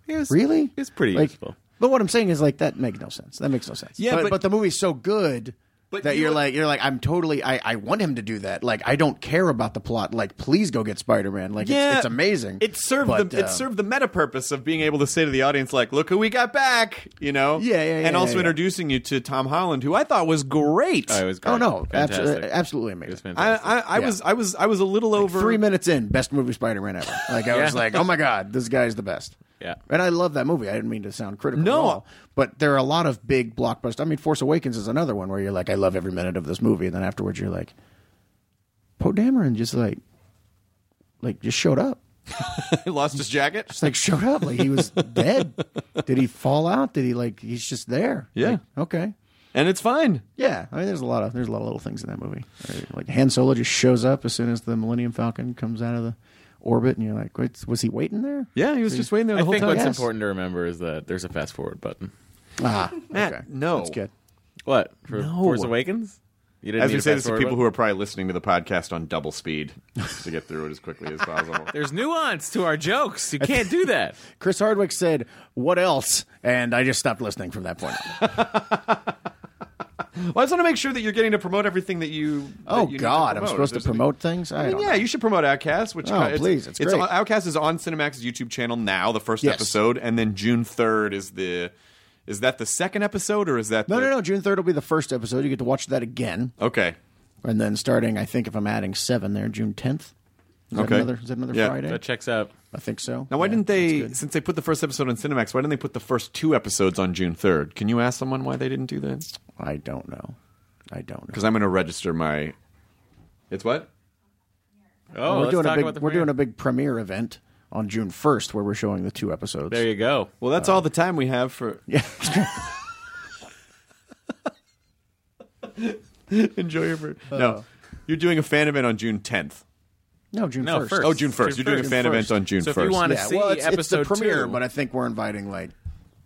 really, it's pretty Like, useful. But what I'm saying is like that makes no sense. That makes no sense. Yeah, but, but- but the movie's so good But that you you're know- like you're like I'm totally I, I want him to do that. Like I don't care about the plot. Like please go get Spider Man. Like it's, it's amazing. It served But, the uh, it served the meta purpose of being able to say to the audience like look who we got back you know Yeah, yeah, yeah, and yeah, also yeah. introducing you to Tom Holland who I thought was great. Oh, it was great. Oh no, abso- fantastic. absolutely It was amazing. I fantastic. I, I Yeah. was I was I was a little over Three minutes in, best movie Spider Man ever. Like I was like, oh my god, this guy's the best. Yeah. and I love that movie. I didn't mean to sound critical. No. at all, but there are a lot of big blockbusters. I mean, Force Awakens is another one where you're like, I love every minute of this movie, and then afterwards you're like, Poe Dameron just like, like just showed up. lost his jacket. just like showed up like he was dead did he fall out did he like he's just there Yeah. Like, okay and it's fine. Yeah, I mean, there's a lot of there's a lot of little things in that movie. Right? Like Han Solo just shows up as soon as the Millennium Falcon comes out of the orbit, and you're like, Wait, was he waiting there? Yeah, he was just waiting there the I whole think time. what's Yes. important to remember is that there's a fast forward button. Ah, Matt, okay. no. that's good. What for Force Awakens? You didn't As need we a say, this to fast-forward people button? who are probably listening to the podcast on double speed to get through it as quickly as possible. There's nuance to our jokes. You can't do that. Chris Hardwick said, "What else?" And I just stopped listening from that point. on. Well, I just want to make sure that you're getting to promote everything that you. that oh you need God, I'm promote. supposed to If there's promote things. I, any- I mean, don't yeah, you should promote Outcast. Which Oh, uh, it's- please, it's great. on- Outcast is on Cinemax's YouTube channel now. The first Yes. episode, and then June third is the. Is that the second episode, or is that know. the, No, no, no. June third will be the first episode. You get to watch that again, Okay, and then starting, I think, if I'm adding seven there, June tenth. Is Okay. That another, is that another Yeah, Friday? That checks out. I think so. now why Yeah, didn't that's they? good. Since they put the first episode on Cinemax, why didn't they put the first two episodes on June third? Can you ask someone why they didn't do that? I don't know. I don't know. Because I'm going to register my. It's what? Oh, we're let's doing talk a big about the we're premiere. doing a big premiere event on June first where we're showing the two episodes. There you go. Well, that's all the time we have for. yeah. Enjoy your. ver- no, you're doing a fan event on June 10th. no, June No, first. first. Oh, June 1st. June You're doing a 1st. fan event on June So if 1st. you want to yeah, see well, it's, it's the episode premiere, two, but I think we're inviting like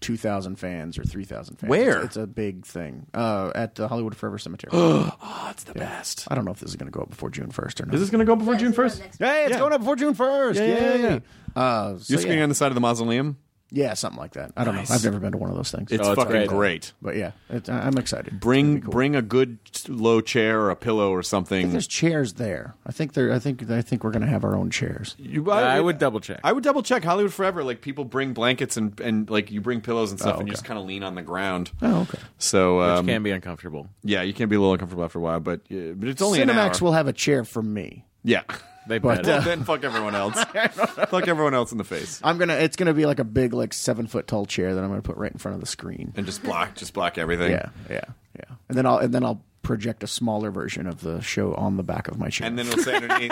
two thousand fans or three thousand fans. Where? It's, it's a big thing uh, at the Hollywood Forever Cemetery. I Oh, That's the best. don't know if this is going to go up before June first or not. Is this going to go before June 1st? hey, it's Yeah. going up before June first. Yeah, yeah, yeah, Uh, so You're screening yeah. on the side of the mausoleum. yeah, something like that. I don't know. I've never been to one of those things. It's Oh, it's fucking great. great. but yeah, it, I- I'm excited. Bring bring a good low chair or a pillow or something. There's chairs there. I think there. I think. I think we're going to have our own chairs. You, I would double check. I would double check Hollywood Forever. Like people bring blankets and and like you bring pillows and stuff, and you just kind of lean on the ground. Oh, okay. So um, can be uncomfortable. yeah, you can be a little uncomfortable after a while, but uh, but it's only an hour. Cinemax will have a chair for me. yeah. They But, uh, bet. Well, then fuck everyone else. fuck everyone else in the face, I'm gonna. It's gonna be like a big, like seven foot tall chair that I'm gonna put right in front of the screen. and just block just block everything. Yeah, yeah, yeah. And then I'll and then I'll project a smaller version of the show on the back of my chair. And then it'll say underneath,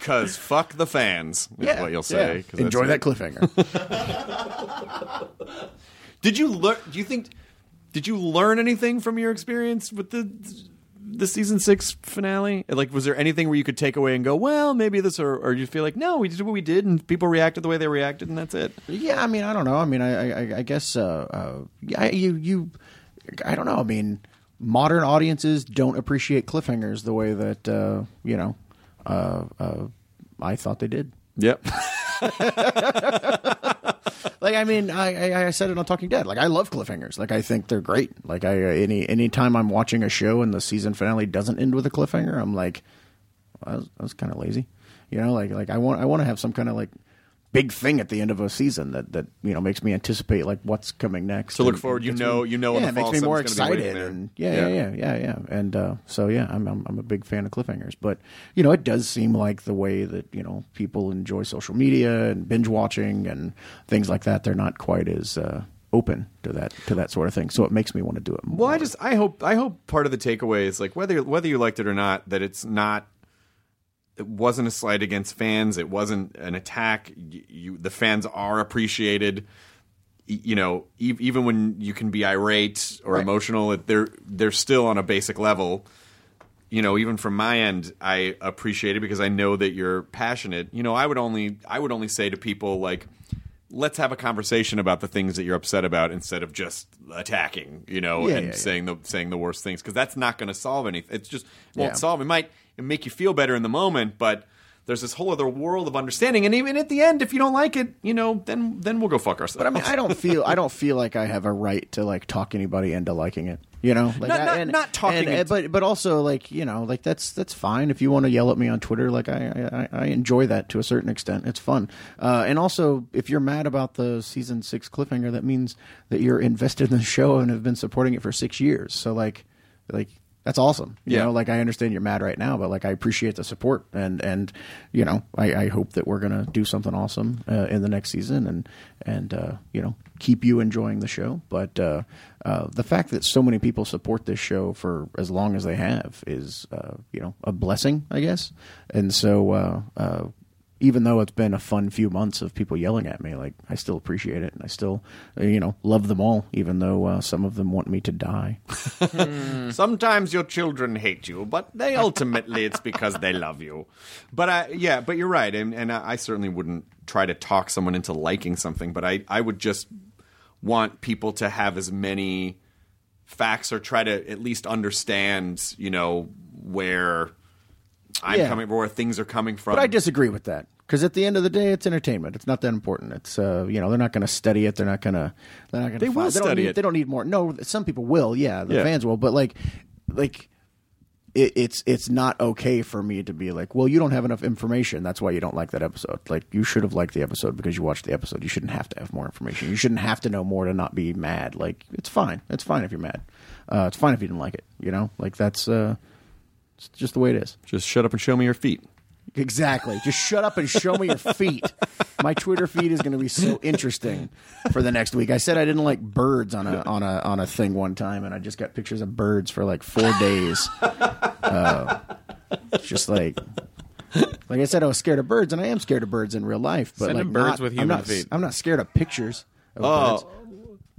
"Cause fuck the fans," is what you'll say. 'cause that's Enjoy what- that cliffhanger. Did you learn? Do you think? Did you learn anything from your experience with the the season six finale? Like, was there anything where you could take away and go, "Well, maybe this," or, or you feel like, "No, we did what we did, and people reacted the way they reacted, and that's it." yeah, I mean, I don't know. I mean, I, I- I, I guess, uh, uh, yeah, I- you, you, I don't know. I mean, modern audiences don't appreciate cliffhangers the way that uh, you know. Uh, uh, I thought they did. Yep. Like I mean, I, I I said it on Talking Dead. Like I love cliffhangers. Like I think they're great. Like I uh, any any time I'm watching a show and the season finale doesn't end with a cliffhanger, I'm like, well, that was, that was kind of lazy. You know, like like I want I want to have some kind of like big thing at the end of a season that that you know makes me anticipate like what's coming next. To look And- forward, you gets know- you know when yeah, the it makes fall me more something's gonna be waiting excited. there. And yeah, yeah, Yeah. yeah, yeah, yeah. And uh, so yeah, I'm, I'm I'm a big fan of cliffhangers, but you know, it does seem like the way that you know people enjoy social media and binge watching and things like that. They're not quite as uh, open to that to that sort of thing. So it makes me want to do it. More. Well, I just I hope I hope part of the takeaway is like whether whether you liked it or not that it's not it wasn't a slight against fans. It wasn't an attack. You, you the fans are appreciated. Y- You know, e- even when you can be irate or emotional, it- they're they're still on a basic level. You know, even from my end, I appreciate it because I know that you're passionate. You know, I would only I would only say to people like, let's have a conversation about the things that you're upset about instead of just attacking. You know, Yeah, and yeah, yeah. saying the saying the worst things because that's not going to solve anything. It's just it won't Yeah. solve. It might it make you feel better in the moment, but there's this whole other world of understanding. And even at the end, if you don't like it, you know, then then we'll go fuck ourselves. But I mean, I don't feel I don't feel like I have a right to like talk anybody into liking it. You know, like Not- I- not- not talking and- uh, it- but but also like you know, like that's that's fine if you want to yell at me on Twitter. Like I I, I enjoy that to a certain extent. It's fun, uh, and also if you're mad about the season six cliffhanger, that means that you're invested in the show and have been supporting it for six years. So like like. That's awesome. You Yeah. know, like I understand you're mad right now, but like I appreciate the support and and you know I, I hope that we're gonna do something awesome uh, in the next season and and uh, you know keep you enjoying the show. But uh, uh, the fact that so many people support this show for as long as they have is uh, you know a blessing, I guess. And so uh, uh, even though it's been a fun few months of people yelling at me, like I still appreciate it and I still, uh, you know, love them all, even though uh, some of them want me to die. Sometimes your children hate you, but they ultimately it's because they love you. But I, yeah, but you're right, and, and I I certainly wouldn't try to talk someone into liking something. But I, I would just want people to have as many facts or try to at least understand, you know, where I'm Yeah. coming from, where things are coming from. But I disagree with that because at the end of the day, it's entertainment. It's not that important. It's uh, you know, they're not going to study it. They're not going to. They're not going to. They will they don't study need, it. They don't need more. No, some people will. Yeah, the Yeah. fans will. But like, like. It, it's it's not okay for me to be like, well, you don't have enough information. That's why you don't like that episode. Like, you should have liked the episode because you watched the episode. You shouldn't have to have more information. You shouldn't have to know more to not be mad. Like, it's fine. It's fine if you're mad. Uh, it's fine if you didn't like it. You know, like that's uh, it's just the way it is. just shut up and show me your feet. Exactly. Just shut up and show me your feet. My Twitter feed is going to be so interesting for the next week. I said I didn't like birds on a on a on a thing one time, and I just got pictures of birds for like four days. Uh, it's just like. Like I said, I was scared of birds, and I am scared of birds in real life. But Send like them birds not- with I'm human not, feet. Oh. I'm not scared of pictures. Of birds.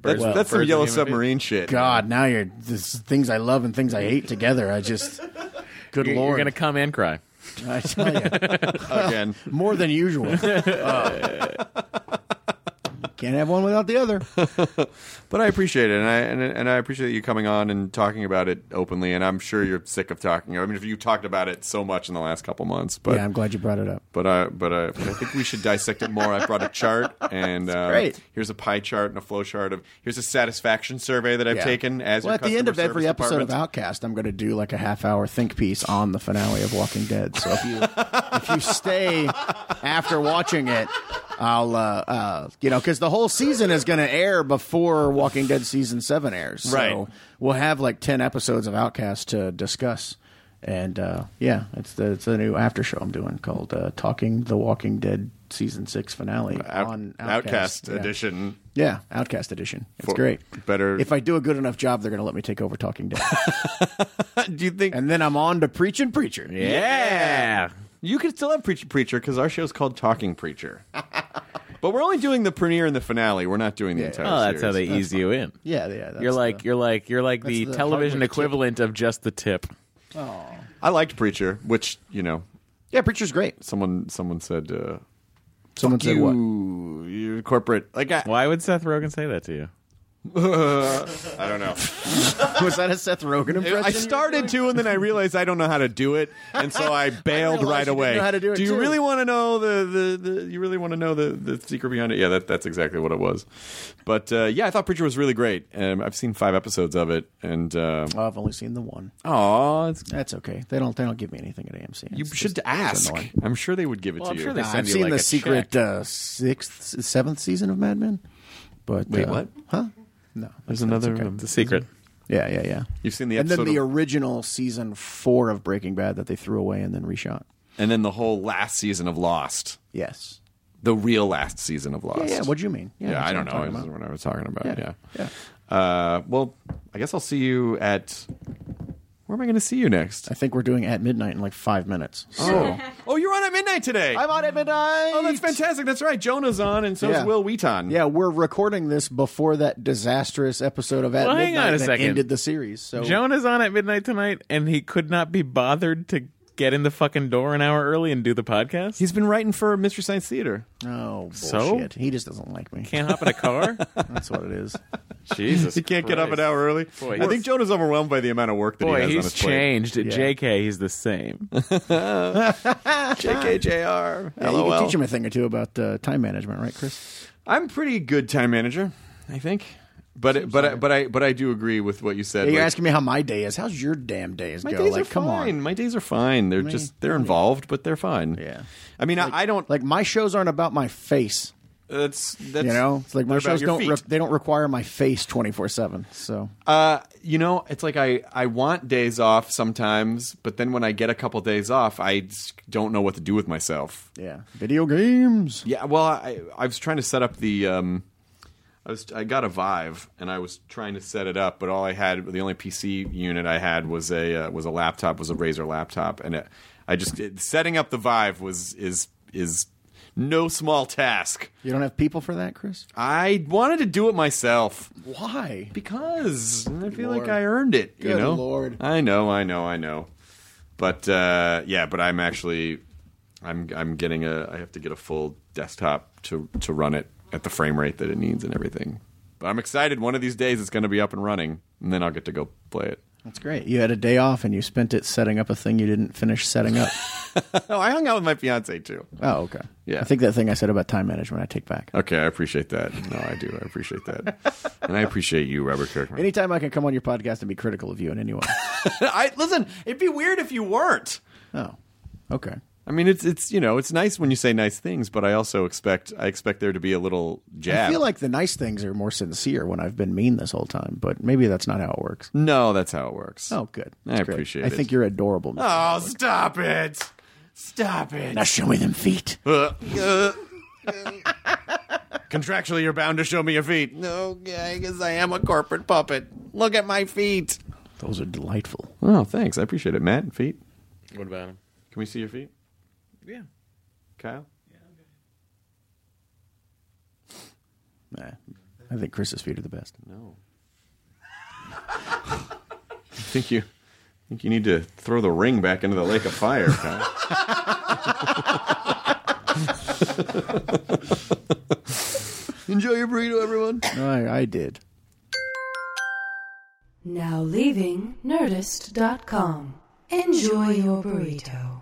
That's, Well, that's some birds yellow and human feet. submarine shit. God, now you're this, things I love and things I hate together. I just, good You're, lord, going to come and cry. I tell you. again. more than usual. Uh, can't have one without the other. But I appreciate it, and I and, and I appreciate you coming on and talking about it openly. And I'm sure you're sick of talking. I mean, if you talked about it so much in the last couple months, but yeah, I'm glad you brought it up. but I but I, but I think we should dissect it more. I brought a chart, and uh, great. here's a pie chart and a flow chart of here's a satisfaction survey that I've Yeah. taken as well, your at the end customer of every service episode of department. Outcast, I'm going to do like a half hour think piece on the finale of Walking Dead. So if you if you stay after watching it, I'll uh, uh you know because the whole season is going to air before Walking Dead season seven airs. So Right. we'll have like ten episodes of Outcast to discuss. And uh, yeah, it's the it's the new after show I'm doing called uh, "Talking the Walking Dead" season six finale Out- on Outcast, Yeah. edition. Yeah, Outcast Edition. It's For- great. better- If I do a good enough job, they're going to let me take over Talking Dead, Do you think? and then I'm on to preaching preacher. yeah. You can still have Preacher Preacher because our show's called Talking Preacher. but we're only doing the premiere and the finale. We're not doing the entire Oh, series. that's how they ease you in. yeah, yeah. That's You're like the- you're like you're like the, the television hardware tip. equivalent of just the tip. I liked Preacher, which you know, yeah, preacher's great. someone someone said, uh, Someone said what? "You, you corporate." Like I, Why would Seth Rogen say that to you? I don't know. Was that a Seth Rogen impression? I started to, and then I realized I don't know how to do it, and so I bailed realized you right didn't away. know how to do it, you too. really want to know the, the, the You really want to know the, the secret behind it? Yeah, that, that's exactly what it was. But uh, yeah, I thought Preacher was really great. Um, I've seen five episodes of it, and uh, Oh, I've only seen the one. aw, it's, That's okay. They don't. They don't give me anything at AMC. you It's- should it's- it's ask. annoying. I'm sure they would give it Well, to I'm you. sure they Nah, send I've you, seen like, the a secret check. uh, sixth, seventh season of Mad Men. But Wait, uh, what? Huh? No, There's another. um, It's a secret. Yeah, yeah, yeah. You've seen the and then episode the of- original season four of Breaking Bad that they threw away and then reshot. and then the whole last season of Lost, Yes. the real last season of Lost. Yeah, yeah. What do you mean? Yeah, that's I what don't I'm know. talking This is about. what I was talking about. Yeah. Yeah, Uh, well, I guess I'll see you at. Where am I going to see you next? I think we're doing at midnight in like five minutes. Oh, oh, you're on at midnight today. I'm on at midnight. oh, that's fantastic. That's right. Jonah's on, and so Yeah. is Will Wheaton. Yeah, we're recording this before that disastrous episode of At Well, hang Midnight on a that second. ended the series. So Jonah's on at midnight tonight, and he could not be bothered to get in the fucking door an hour early and do the podcast. He he's been writing for Mystery Science Theater. oh bullshit. So? He just doesn't like me. can't hop in a car. That's what it is. Jesus, He can't get up an Christ. hour early. Boy, I he's- think Jonah's overwhelmed by the amount of work that he Boy, has on he's his plate. changed. At Yeah. JK, he's the same. JKJR. Yeah, you LOL. can teach him a thing or two about uh, time management, right, Chris? I'm pretty good time manager, I think. But but I, but I but I do agree with what you said. Yeah, you're like- asking me how my day is. How's your damn days My go? days like, are come fine. on. My days are fine. They're just they're involved, but they're fine. Yeah. I mean, I, I don't. Like my shows aren't about my face. That's that's you know, it's like my they're about shows your don't feet. re- they don't require my face twenty four seven. So uh, you know, it's like I I want days off sometimes, but then when I get a couple days off, I just don't know what to do with myself. yeah, video games. Yeah. Well, I I was trying to set up the um. I was I got a Vive and I was trying to set it up, but all I had the only PC unit I had was a uh, was a laptop, was a Razer laptop, and it, I just it, setting up the Vive was is is no small task. You don't have people for that, Chris? I wanted to do it myself Why? because I feel Lord. like I earned it. you Good know, Lord. I know, I know, I know. But uh, yeah, but I'm actually, I'm I'm getting a. I have to get a full desktop to to run it at the frame rate that it needs and everything. But I'm excited. One of these days, it's going to be up and running, and then I'll get to go play it. That's great. You had a day off and you spent it setting up a thing you didn't finish setting up. Oh, I hung out with my fiance too. oh, okay. Yeah. I think that thing I said about time management I take back. Okay, I appreciate that. No, I do. I appreciate that, and I appreciate you, Robert Kirkman. Anytime I can come on your podcast and be critical of you in any way. I listen. It'd be weird if you weren't. oh, okay. I mean, it's it's you know, it's nice when you say nice things, but I also expect I expect there to be a little jab. I feel like the nice things are more sincere when I've been mean this whole time, but maybe that's not how it works. no, that's how it works. Oh, good. I That's great. appreciate I it. think you're adorable. Mr. Oh, stop it! Stop it! Now show me them feet. Uh, uh. Contractually, you're bound to show me your feet. No, I guess I am a corporate puppet. Look at my feet. Those are delightful. Oh, thanks. I appreciate it, Matt. Feet. What about him? Can we see your feet, Yeah. Kyle? Nah, I think Chris's feet are the best. No. I think you I think you need to throw the ring back into the lake of fire, Kyle. Enjoy your burrito, everyone. No, I, I did. Now leaving Nerdist.com. Enjoy your burrito.